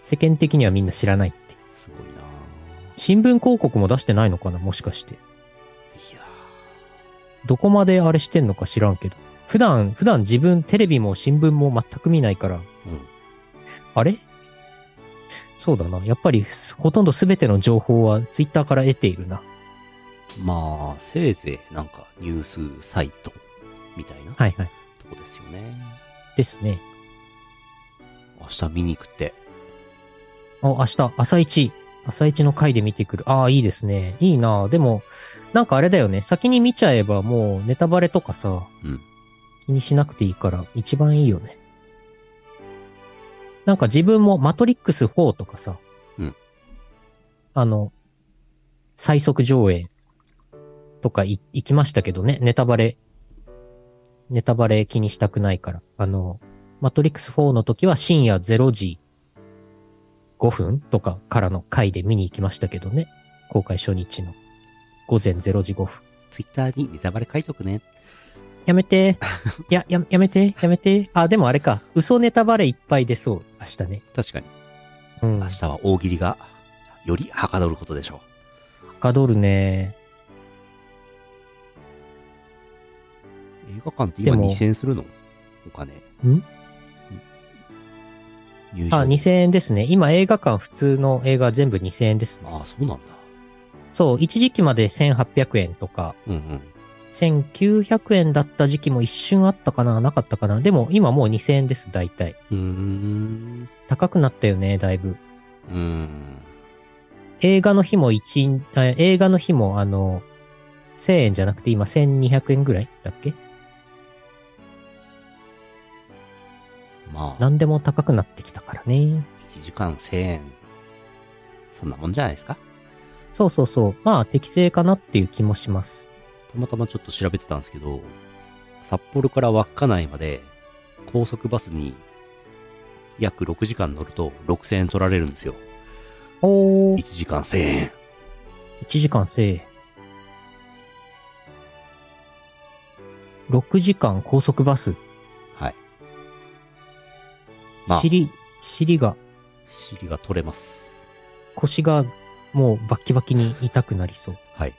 S1: 世間的にはみんな知らないって。
S2: すごいな
S1: 新聞広告も出してないのかなもしかして。
S2: いや
S1: どこまであれしてんのか知らんけど。普段、普段自分、テレビも新聞も全く見ないから、
S2: ーうん
S1: あれそうだな。やっぱり、ほとんど全ての情報はツイッターから得ているな。
S2: まあせいぜいなんかニュースサイトみたいな
S1: はいはい。
S2: とこですよね、
S1: ですね。
S2: 明日見に行くって
S1: あ、明日、朝一。朝一の回で見てくる。ああ、いいですね。いいな。でも、なんかあれだよね。先に見ちゃえばもうネタバレとかさ、
S2: うん
S1: 気にしなくていいから、一番いいよね。なんか自分もマトリックス4とかさ、
S2: うん
S1: あの、最速上映とかい行きましたけどね。ネタバレ、ネタバレ気にしたくないから。あの、マトリックス4の時は深夜0時5分とかからの回で見に行きましたけどね。公開初日の午前0時5分。
S2: ツイッターにネタバレ書いとくね
S1: やめ *laughs* て。いや、や、やめて。やめて。あ、でもあれか。嘘ネタバレいっぱい出そう。明日ね。
S2: 確かに
S1: うん。
S2: 明日は大喜利がよりはかどることでしょ
S1: はかどるね。
S2: う映画館って今
S1: でも
S2: 2000円するのお金
S1: ん
S2: 入場
S1: あ、2000円ですね。今映画館普通の映画全部2000円ですね。
S2: ああそうなんだ
S1: そう。一時期まで1800円とか、
S2: うんうん
S1: 1900円だった時期も一瞬あったかななかったかなでも今もう2000円です。大体。
S2: うーん
S1: 高くなったよね。だいぶ。
S2: うーん
S1: 映画の日も1、え映画の日もあの、1000円じゃなくて今1200円ぐらいだっけ
S2: まあ
S1: 何でも高くなってきたからね。
S2: 1時間1000円そんなもんじゃないですか
S1: そうそうそう。まあ適正かなっていう気もします。
S2: たまたまちょっと調べてたんですけど札幌から稚内まで高速バスに約6時間乗ると6000円取られるんですよ
S1: お
S2: 1
S1: ー、
S2: 時間1000円
S1: 1時間1000円。6時間高速バス。
S2: はい
S1: 尻、尻が、
S2: 尻が取れます。
S1: 腰がもうバッキバキに痛くなりそう。
S2: はい。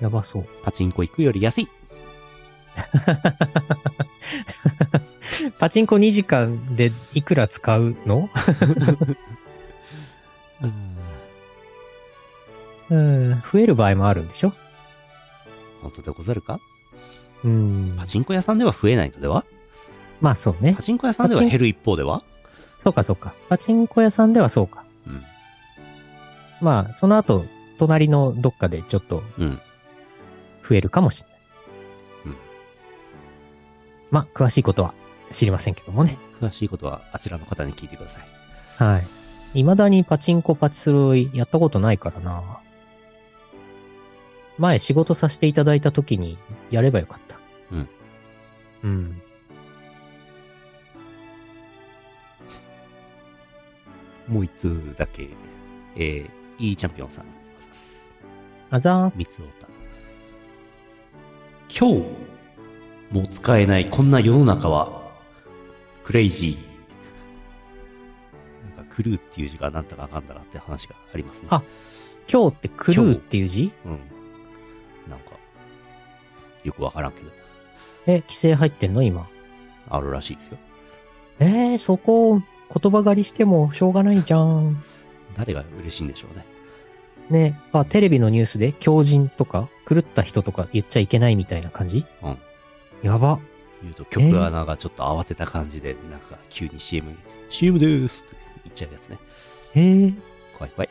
S1: やばそう。
S2: パチンコ行くより安い。
S1: パチンコ2時間でいくら使うの *laughs* うん、増える場合もあるんでしょ
S2: 本当でござるか
S1: うん。
S2: パチンコ屋さんでは増えないのでは
S1: まあそうね
S2: パ。チンコ屋さんでは
S1: パチン
S2: 減る一方では
S1: そうかそうか。パチンコ屋さんではそうか。
S2: うん。
S1: まあ、その後、隣のどっかでちょっと
S2: うん。
S1: 増えるかもしれない。
S2: うん
S1: まあ、詳しいことは知りませんけどもね。
S2: 詳しいことはあちらの方に聞いてください。
S1: はい。未だにパチンコパチスロやったことないからな。前仕事させていただいた時にやればよかった。
S2: うん。
S1: うん。
S2: もう一通だけ、えー、いいチャンピオンさん、あざっす
S1: あざーす
S2: 三。つ太今日もう使えないこんな世の中はクレイジーなんかクルーっていう字がなんだかあかんだかって話がありますね
S1: あ今日ってクルーっていう字
S2: うんなんかよくわからんけど
S1: え、規制入ってんの今。
S2: あるらしいですよ
S1: えー、そこ、言葉狩りしてもしょうがないじゃん。
S2: 誰が嬉しいんでしょうね
S1: ね、あ、テレビのニュースで狂人とか、狂った人とか言っちゃいけないみたいな感じ
S2: うん。
S1: やば。
S2: 言うと曲穴がちょっと慌てた感じでなんか急に CM CM でーすって言っちゃうやつね
S1: へえ。
S2: 怖い怖い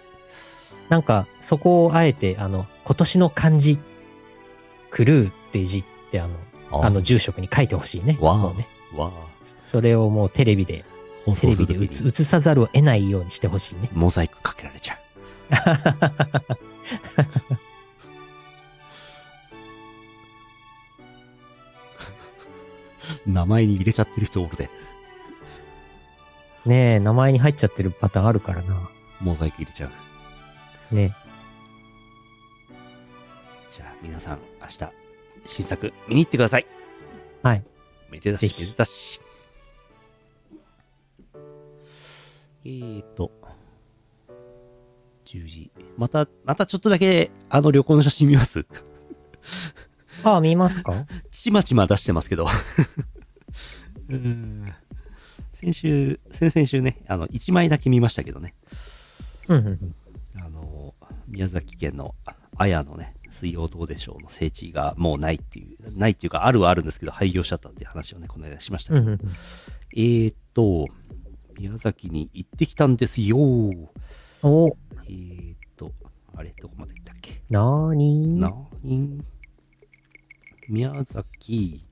S1: なんか、そこをあえて、あの、今年の漢字、クルーって字って、あの、あの住職に書いてほしいね。
S2: わあ
S1: もうね。
S2: わ
S1: それをもうテレビで、
S2: あ放
S1: テ
S2: 送
S1: レ
S2: する
S1: ビ
S2: と
S1: で
S2: き
S1: 映
S2: に
S1: 映さざるを得ないようにしてほしいね。
S2: モザイクかけられちゃう名前に入れちゃってる人おるで。
S1: ねえ、名前に入っちゃってるパターンあるからな。
S2: モザイク入れちゃう。
S1: ね
S2: じゃあ皆さん、明日、新作見に行ってください。
S1: はい。
S2: めでた
S1: ぜ
S2: し、
S1: ひ
S2: めでたし。えーと、10時。また、またちょっとだけ、あの旅行の写真見ます。
S1: ああ、見ます
S2: *laughs*
S1: か
S2: ちまちま出してますけど。 *laughs* うーん先週、先々週ね、あの、1枚だけ見ましたけどね。
S1: うんうんうん。
S2: あの、宮崎県の綾のね、水曜どうでしょうの聖地がもうないっていう、ないっていうか、あるはあるんですけど、廃業しちゃったっていう話をね、この間しました
S1: う
S2: けど。
S1: んうんうん。
S2: えーっと、宮崎に行ってきたんですよ。
S1: お、
S2: えーっと、あれ、どこまで行ったっけ
S1: なーに
S2: なに宮崎、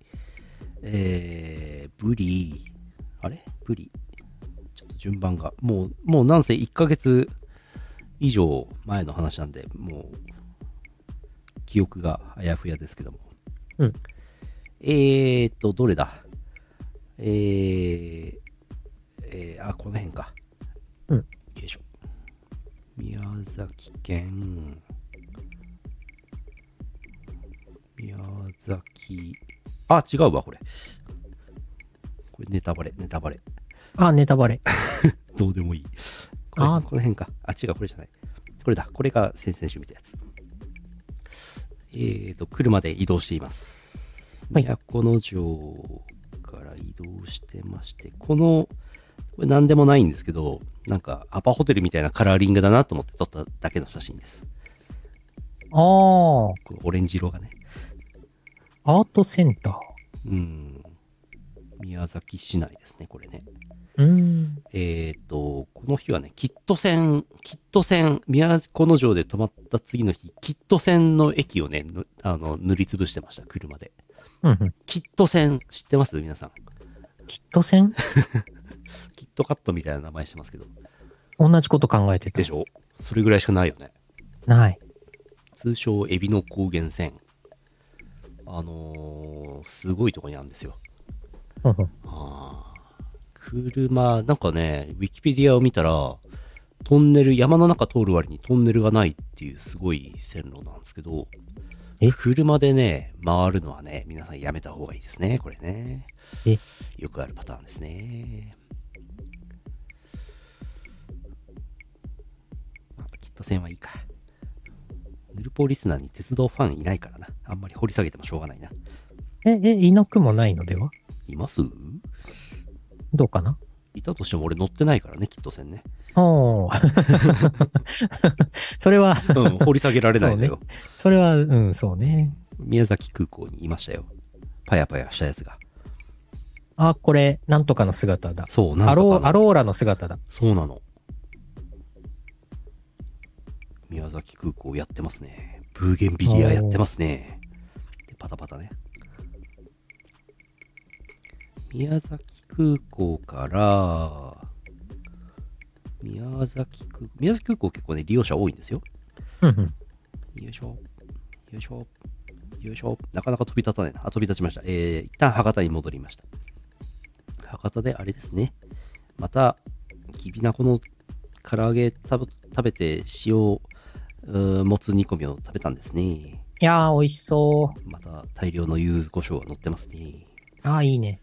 S2: えー、ブリ、あれブリ。ちょっと順番が、もう、もうなんせ1ヶ月以上前の話なんで、もう、記憶があやふやですけども。
S1: うん。
S2: えーと、どれだえー、えー、あ、この辺か。
S1: うん
S2: よいしょ。宮崎県、宮崎。あ、違うわ、これ。これネタバレ、ネタバレ。
S1: あ、ネタバレ。
S2: どうでもいい。これ
S1: あー
S2: この辺か。あ、違う、これじゃない。これだ。これが先々週見たやつ。えーと、車で移動しています。
S1: はい
S2: 都城から移動してまして、この、これ何でもないんですけど、なんかアパホテルみたいなカラーリングだなと思って撮っただけの写真です。
S1: ああ、
S2: このオレンジ色がね。
S1: アートセンター。
S2: うん。宮崎市内ですね、これね。
S1: うーん。
S2: えっ、と、この日はね、キット線、キット線、宮古城で泊まった次の日、キット線の駅をね、ぬあの塗りつぶしてました、車で。
S1: うんうん。
S2: キット線、知ってます皆さん。
S1: キット戦
S2: キットカットみたいな名前してますけど。
S1: 同じこと考えてた
S2: で。しょそれぐらいしかないよね。
S1: ない。
S2: 通称、エビの高原線。あのー、すごいとこにあるんですよ。
S1: うんうん。
S2: あー車、なんかね、ウィキペディアを見たら、トンネル、山の中通る割にトンネルがないっていうすごい線路なんですけど
S1: え、
S2: 車でね、回るのはね、皆さんやめた方がいいですね、これね。
S1: え
S2: よくあるパターンですね。まあきっと線はいいか。ヌルポリスナーに鉄道ファンいないからな。あんまり掘り下げてもしょうがないな。
S1: え、え、いなくもないのではい
S2: ます
S1: どうかない
S2: たとしても俺乗ってないからね、きっと線ね。
S1: おー。 *laughs* それは、
S2: うん、掘り下げられないのよ、
S1: それは、うん、そうね。
S2: 宮崎空港にいましたよ。パヤパヤしたやつが。
S1: あ、これ、なんとかの姿だ。
S2: そう、な
S1: ア
S2: んと
S1: ロ
S2: か
S1: ー、
S2: の
S1: アローラの姿だ。
S2: そうなの。宮崎空港やってますね。ブーゲンビリアやってますね。で、パタパタね。宮崎空港から、宮崎空港、宮崎空港結構ね、利用者多いんですよ。
S1: うんうん。
S2: よいしょ。よいしょ。よいしょ。なかなか飛び立たないな。あ、飛び立ちました。えー、一旦博多に戻りました。博多であれですね。また、きびなこの唐揚げ食べ食べて塩うーもつ煮込みを食べたんですね
S1: いやー、美味しそう。
S2: また大量の柚子胡椒が乗ってますね
S1: ああ、いいね。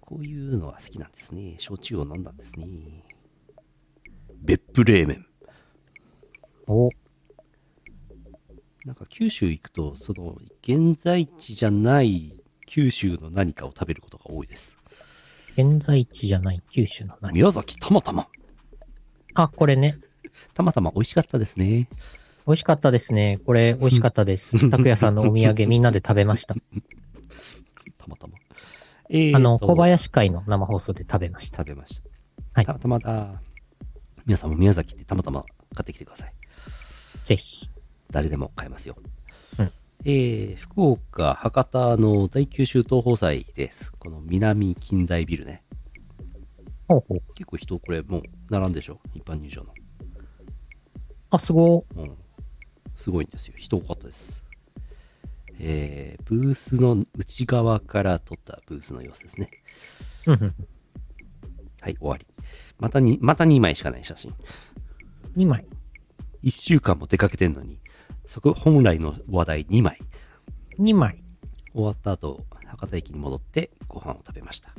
S2: こういうのは好きなんですね焼酎を飲んだんですね別府冷麺
S1: お、
S2: なんか九州行くとその現在地じゃない九州の何かを食べることが多いです
S1: 現在地じゃない九州の何
S2: 宮崎たまたま
S1: あ、これね。
S2: たまたま美味しかったですね
S1: 美味しかったですね。これ、美味しかった *laughs* です。拓也さんのお土産みんなで食べました。
S2: たまたまえー
S1: あの、
S2: と
S1: 小林会の生放送で食べました。
S2: 食べました。
S1: はい
S2: たまたまだ。皆さんも宮崎ってたまたま買ってきてください。
S1: ぜひ。
S2: 誰でも買えますよ。
S1: うん
S2: えー福岡、博多の大九州東宝祭です。この南近代ビルね。
S1: ほうほう。
S2: 結構人、これもう並んでしょ一般入場の。
S1: あ、すご
S2: うん。すごいんですよ。人多かったです。えーブースの内側から撮ったブースの様子ですね。
S1: ー。うんうん。
S2: はい、終わり。またに、また2枚しかない写真。
S1: 2枚。
S2: 1週間も出かけてんのに、そこ本来の話題2枚。
S1: 2枚。
S2: 終わった後、博多駅に戻ってご飯を食べました。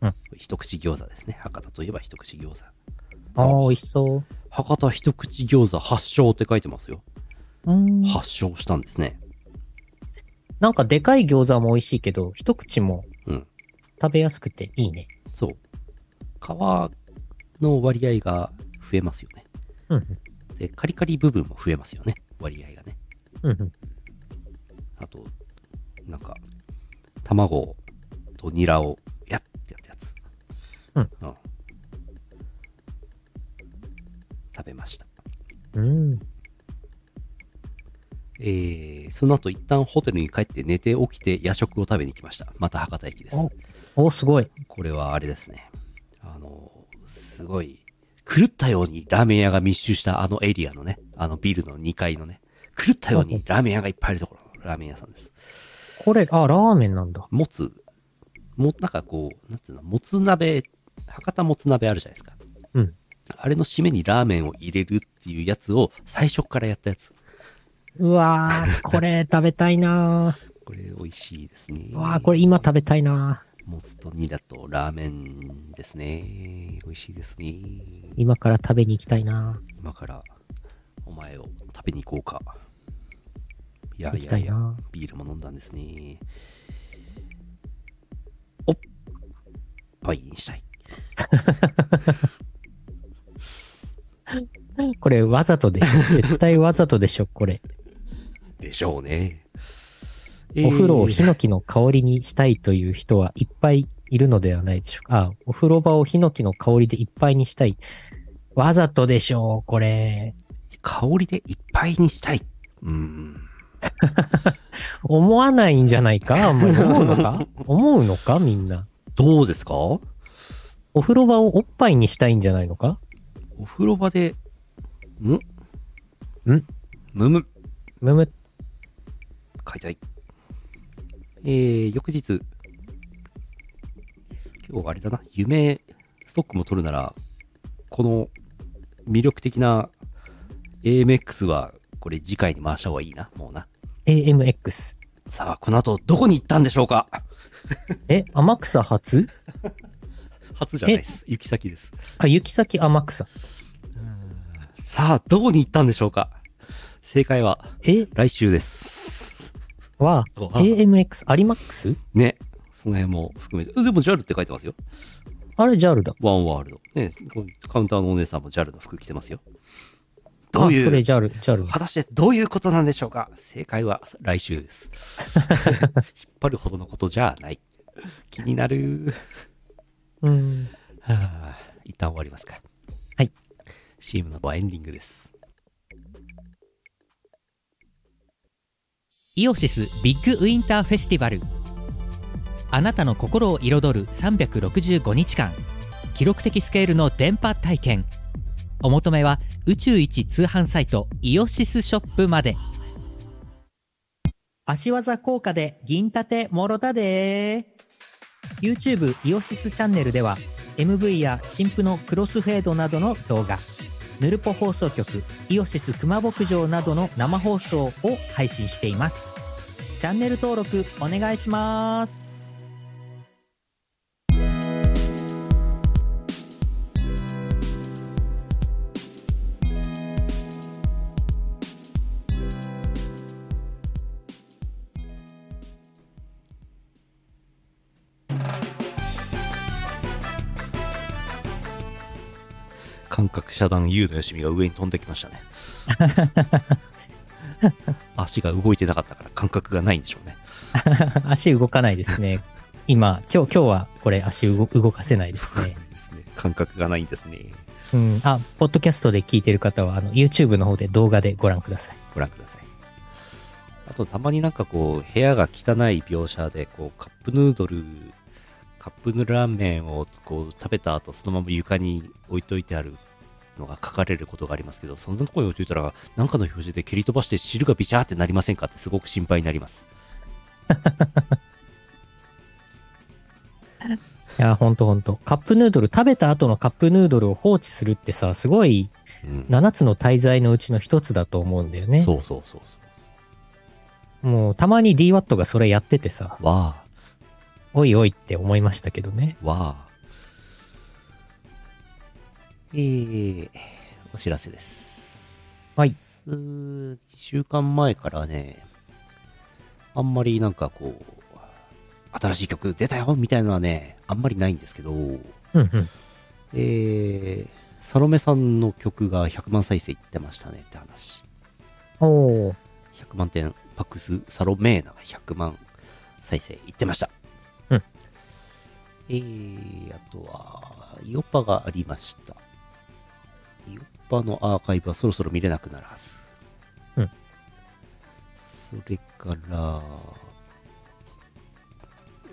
S1: うん
S2: 一口餃子ですね。博多といえば一口餃子。
S1: ああ、美味しそう。
S2: 博多一口餃子発祥って書いてますよ。
S1: うーん。
S2: 発祥したんですね。
S1: なんかでかい餃子も美味しいけど、一口も
S2: うん。
S1: 食べやすくていいね。
S2: そう。皮の割合が増えますよね。
S1: うんうん。
S2: で、カリカリ部分も増えますよね。割合がね。
S1: うんうん。
S2: あと、なんか、卵とニラをやっってやったやつ。
S1: うん
S2: 食べました。
S1: うん。
S2: えー、その後一旦ホテルに帰って寝て起きて夜食を食べに来ました。また博多駅です。
S1: お、すごい。
S2: これはあれですね。あの、すごい、狂ったようにラーメン屋が密集したあのエリアのね、あのビルの2階のね、狂ったようにラーメン屋がいっぱいあるところのラーメン屋さんです。
S1: これ、あ、ラーメンなんだ。
S2: もつ、も、なんかこう、なんつうの、もつ鍋、博多もつ鍋あるじゃないですか。
S1: うん。
S2: あれの締めにラーメンを入れるっていうやつを最初からやったやつ。
S1: うわー、これ食べたいな
S2: これ美味しいですね。
S1: *laughs* ー。うわー、これ今食べたいなー。
S2: もつとニラとラーメンですね。美味しいですね。
S1: 今から食べに行きたいなー。
S2: 今からお前を食べに行こうか。いや
S1: 行
S2: い
S1: き
S2: や
S1: た
S2: い
S1: い
S2: や、
S1: な
S2: ビールも飲んだんですね。おっぱいにしたい。
S1: ー。これわざとでしょ。絶対わざとでしょ、これ。
S2: でしょうね。
S1: お風呂を
S2: えー
S1: ヒノキの香りにしたいという人はいっぱいいるのではないでしょうか。あ、お風呂場をヒノキの香りでいっぱいにしたい。わざとでしょう、これ。
S2: 香りでいっぱいにしたい。うーん。
S1: 思わないんじゃないかあんまり思うの
S2: *laughs*
S1: か思うのかみんな。
S2: どうですかお
S1: お風呂場をおっぱいにしたいんじゃないのか
S2: 風呂場で、んん
S1: ん
S2: むむ。
S1: むむ、
S2: 買いたい。えー、翌日。今日あれだな、夢、ストックも取るなら、この魅力的な AMX は、これ次回に回した方がいいな、もうな。
S1: AMX。
S2: さあ、この後、どこに行ったんでしょうか
S1: え、天草初
S2: 初じゃないです。行き先です。
S1: あ、行き先天草。
S2: さあ、どこに行ったんでしょうか正解は、
S1: え、
S2: 来週です。
S1: は、
S2: わ
S1: AMX、有マックス
S2: ね。その辺も含めて。えでも JAL って書いてますよ。
S1: あれ、JAL だ。
S2: ワンワールド。ね、カウンターのお姉さんも JAL の服着てますよ。
S1: あ
S2: どうい
S1: それ
S2: う、
S1: JAL、JAL。
S2: 果たしてどういうことなんでしょうか正解は来週です。 *laughs* 引っ張るほどのことじゃない。気になる。 *laughs*
S1: うん。
S2: はあ、一旦終わりますか。
S1: はい。
S2: CM の後はエンディングです。
S4: イオシスビッグウィンターフェスティバルあなたの心を彩る365日間記録的スケールの電波体験お求めは宇宙一通販サイトイオシスショップまで足技効果で銀盾もろたで YouTube イオシスチャンネルでは MV や新婦のクロスフェードなどの動画ヌルポ放送局イオシス熊牧場などの生放送を配信していますチャンネル登録お願いします
S2: 感覚遮断 U のよしみが上に飛んできました
S1: *laughs*
S2: ね足が動いてなかったから感覚がないんでしょうね
S1: *laughs* 足動かないですね。今、今日、今日はこれ足動動かせないですね。
S2: ですね感覚がないんですね
S1: *laughs* うん。あ、ポッドキャストで聞いてる方は、あの、YouTube の方で動画でご覧ください。
S2: ご覧くださいあとたまになんかこう部屋が汚い描写でこうカップヌードルカップヌードルラーメンをこう食べた後そのまま床に置いといてあるのが書かれることがありますけどそんなところに置いといたらなんかの表示で蹴り飛ばして汁がビシャーってなりませんかってすごく心配になります
S1: いや、ほんとほんと。カップヌードル、食べた後のカップヌードルを放置するってさ、すごい
S2: うん
S1: 7つの滞在のうちの1つだと思うんだよね。
S2: そうそうそうそ
S1: もう、たまに DWAT がそれやっててさ、
S2: うわあ
S1: おいおいって思いましたけどね。
S2: わあ。えー、お知らせです。
S1: はい。
S2: 2週間前からね、あんまりなんかこう、新しい曲出たよみたいなのはね、あんまりないんですけど、
S1: うんうん。
S2: えー、サロメさんの曲が100万再生いってましたねって話。
S1: おー。
S2: 100万点、パックス、サロメーナが100万再生いってました。
S1: うん。
S2: えー、あとは、イオパがありました。イオパのアーカイブはそろそろ見れなくなるはず。
S1: うん。
S2: それから、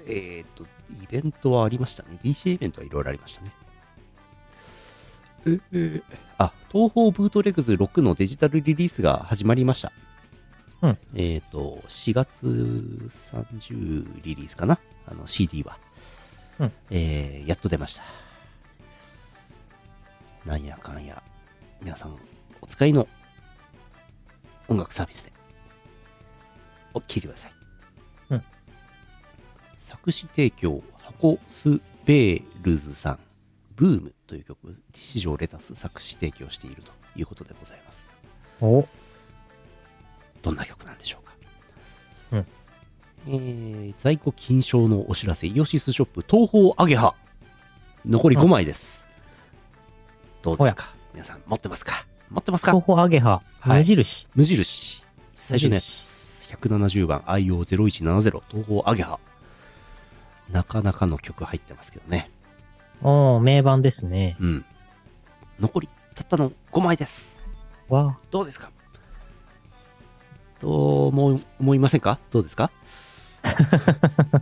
S2: えっ、と、イベントはありましたね。DC イベントはいろいろありましたね。えーあ、東方ブートレグズ6のデジタルリリースが始まりました。えっ、と、4月30リリースかなあの CD は。
S1: うん
S2: えーやっと出ました。なんやかんや、皆さん、お使いの音楽サービスで、お聴いてください。
S1: うん
S2: 作詞提供、箱スベールズさん、ブームという曲、史上レタス作詞提供しているということでございます。
S1: お
S2: どんな曲なんでしょうか、
S1: うん
S2: えー在庫金賞のお知らせイオシスショップ東方アゲハ残り5枚です、どうですか皆さん持ってますか持ってます
S1: 東
S2: か
S1: 方アゲハ、
S2: はい
S1: 無印。
S2: 無印最初のやつ170番 IO0170 東方アゲハなかなかの曲入ってますけどね
S1: おー、名盤ですね。
S2: うん残りたったの5枚です
S1: わ
S2: どうですかと思い思いませんかどうで
S1: *laughs*
S2: すか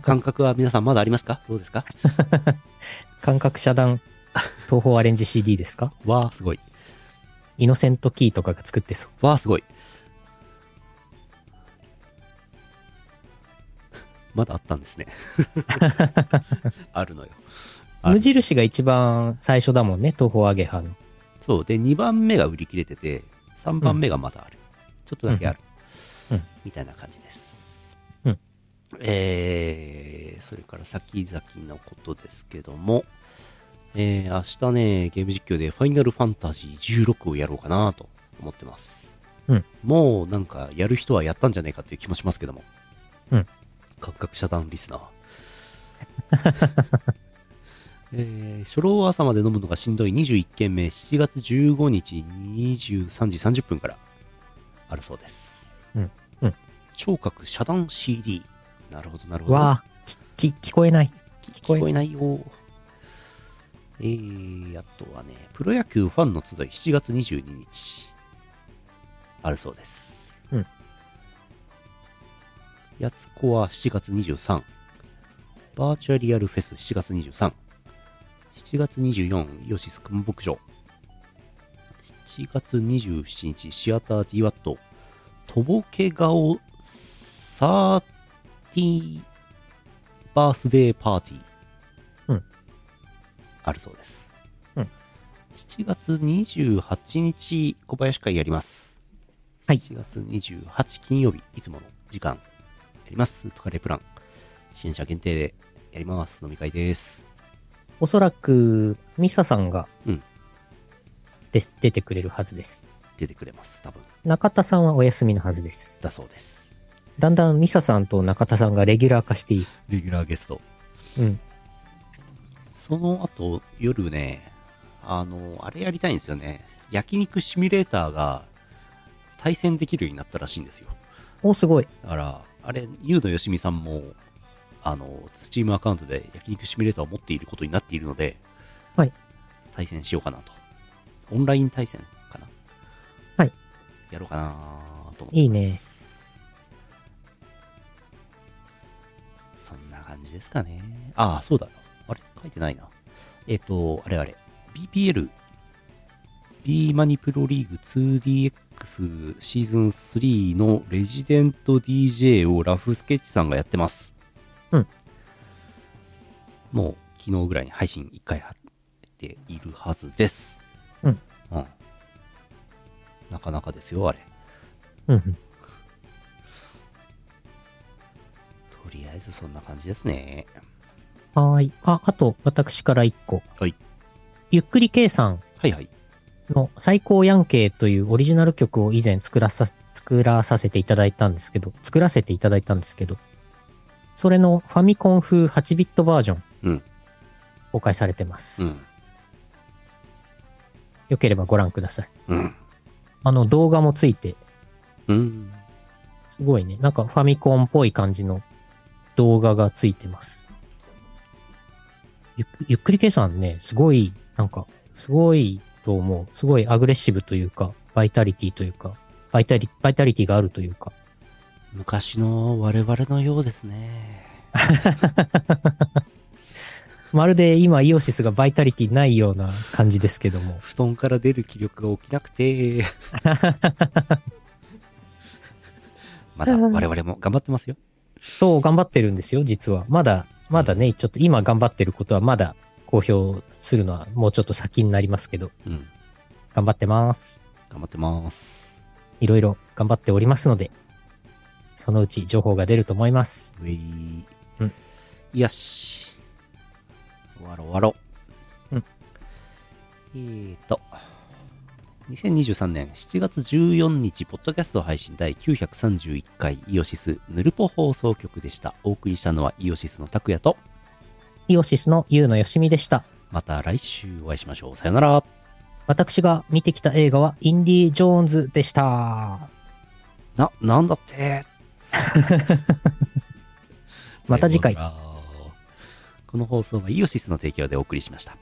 S2: 感覚は皆さんまだありますかどうですか
S1: ー感覚遮断、東方アレンジ CD ですか
S2: わあすごい。
S1: イノセントキーとかが作ってそう。
S2: わあすごい。まだあった
S1: *laughs*
S2: んですね。あるのよ。あ
S1: 無印が一番最初だもんね、東方アゲハの。
S2: そう。で、2番目が売り切れてて、3番目がまだある。ちょっとだけある。
S1: うん
S2: みたいな感じです。
S1: うん
S2: えー、それから先々のことですけども、えー、明日ね、ゲーム実況でファイナルファンタジー16をやろうかなと思ってます。
S1: うん
S2: もうなんか、やる人はやったんじゃないかっていう気もしますけども。
S1: うん。
S2: 感覚遮断リスナー。 *laughs* えー初老は朝まで飲むのがしんどい21件目7月15日23時30分からあるそうです
S1: うんうん
S2: 聴覚遮断 CD なるほどなるほど
S1: わあ、き、き、聞こえない。
S2: 聞
S1: こえ
S2: こえないよえー、あとはねプロ野球ファンの集い7月22日あるそうです
S1: うん
S2: やつこは7月23バーチャリアルフェス7月237月24イオシス熊牧場7月27日シアター DWAT とぼけ顔サーティーバースデーパーティー。
S1: うん
S2: あるそうです。
S1: うん
S2: 7月28日、小林会やります。
S1: はい
S2: 7月28金曜日、いつもの時間、やります。スープカレープラン。支援者限定でやります。飲み会です。
S1: おそらく、ミサさんが、
S2: うん
S1: です出てくれるはずです。
S2: 出てくれます。多分、
S1: 中田さんはお休みのはずです。
S2: だそうです。
S1: だんだんミサさんと中田さんがレギュラー化してい
S2: レギュラーゲスト。
S1: る。うん。
S2: その後、夜ね、あの、あれやりたいんですよね。焼肉シミュレーターが対戦できるようになったらしいんですよ。
S1: お、すごい。
S2: だから、あれ、ゆうのよしみさんも、あの、スチームアカウントで焼肉シミュレーターを持っていることになっているので、
S1: はい。
S2: 対戦しようかなと。オンライン対戦かな。
S1: はい。
S2: やろうかなと思ってます
S1: いいね。
S2: そんな感じですかね。ああ、そうだ。あれ書いてないな。えっ、と、あれあれ。BPL。B マニプロリーグ 2DX シーズン3のレジデント DJ をラフスケッチさんがやってます。
S1: うん。
S2: もう昨日ぐらいに配信1回やっているはずです。
S1: うん。
S2: うん。なかなかですよ、あれ。
S1: うんうん。
S2: とりあえずそんな感じですね。
S1: はーい。あ、あと、私から一個。
S2: はい。
S1: ゆっくり K さん
S2: はいはい。
S1: の最高ヤンケイというオリジナル曲を以前作らさ、作らさせていただいたんですけど、作らせていただいたんですけど、それのファミコン風8ビットバージョン、
S2: うん
S1: 公開されてます。
S2: うん。
S1: よければご覧ください。
S2: うん。
S1: あの、動画もついて、
S2: うん。
S1: すごいね。なんかファミコンっぽい感じの動画がついてます。ゆっゆっくり計算ね、すごい、なんか、すごいと思う。すごいアグレッシブというか、バイタリティというか、バイタリバイタリティがあるというか、
S2: 昔の我々のようですね。
S1: まるで今イオシスがバイタリティないような感じですけども。
S2: 布団から出る気力が起きなくて。まだ我々も頑張ってますよ。
S1: そう、頑張ってるんですよ、実は。まだ、まだね、ちょっと今頑張ってることはまだ公表するのはもうちょっと先になりますけど、
S2: うん。
S1: 頑張ってます。
S2: 頑張ってます。
S1: いろいろ頑張っておりますので、そのうち情報が出ると思います。
S2: ウェイ。
S1: うん
S2: よし。終わろう終わろう。
S1: うん。
S2: えーと。2023年7月14日、ポッドキャスト配信第931回イオシスヌルポ放送局でした。お送りしたのはイオシスの拓也と、
S1: イオシスのゆうのよしみでした。
S2: また来週お会いしましょう。さよなら。
S1: 私が見てきた映画はインディ・ージョーンズでした。
S2: な、なんだって
S1: また次回
S2: さようならこの放送はイオシスの提供でお送りしました。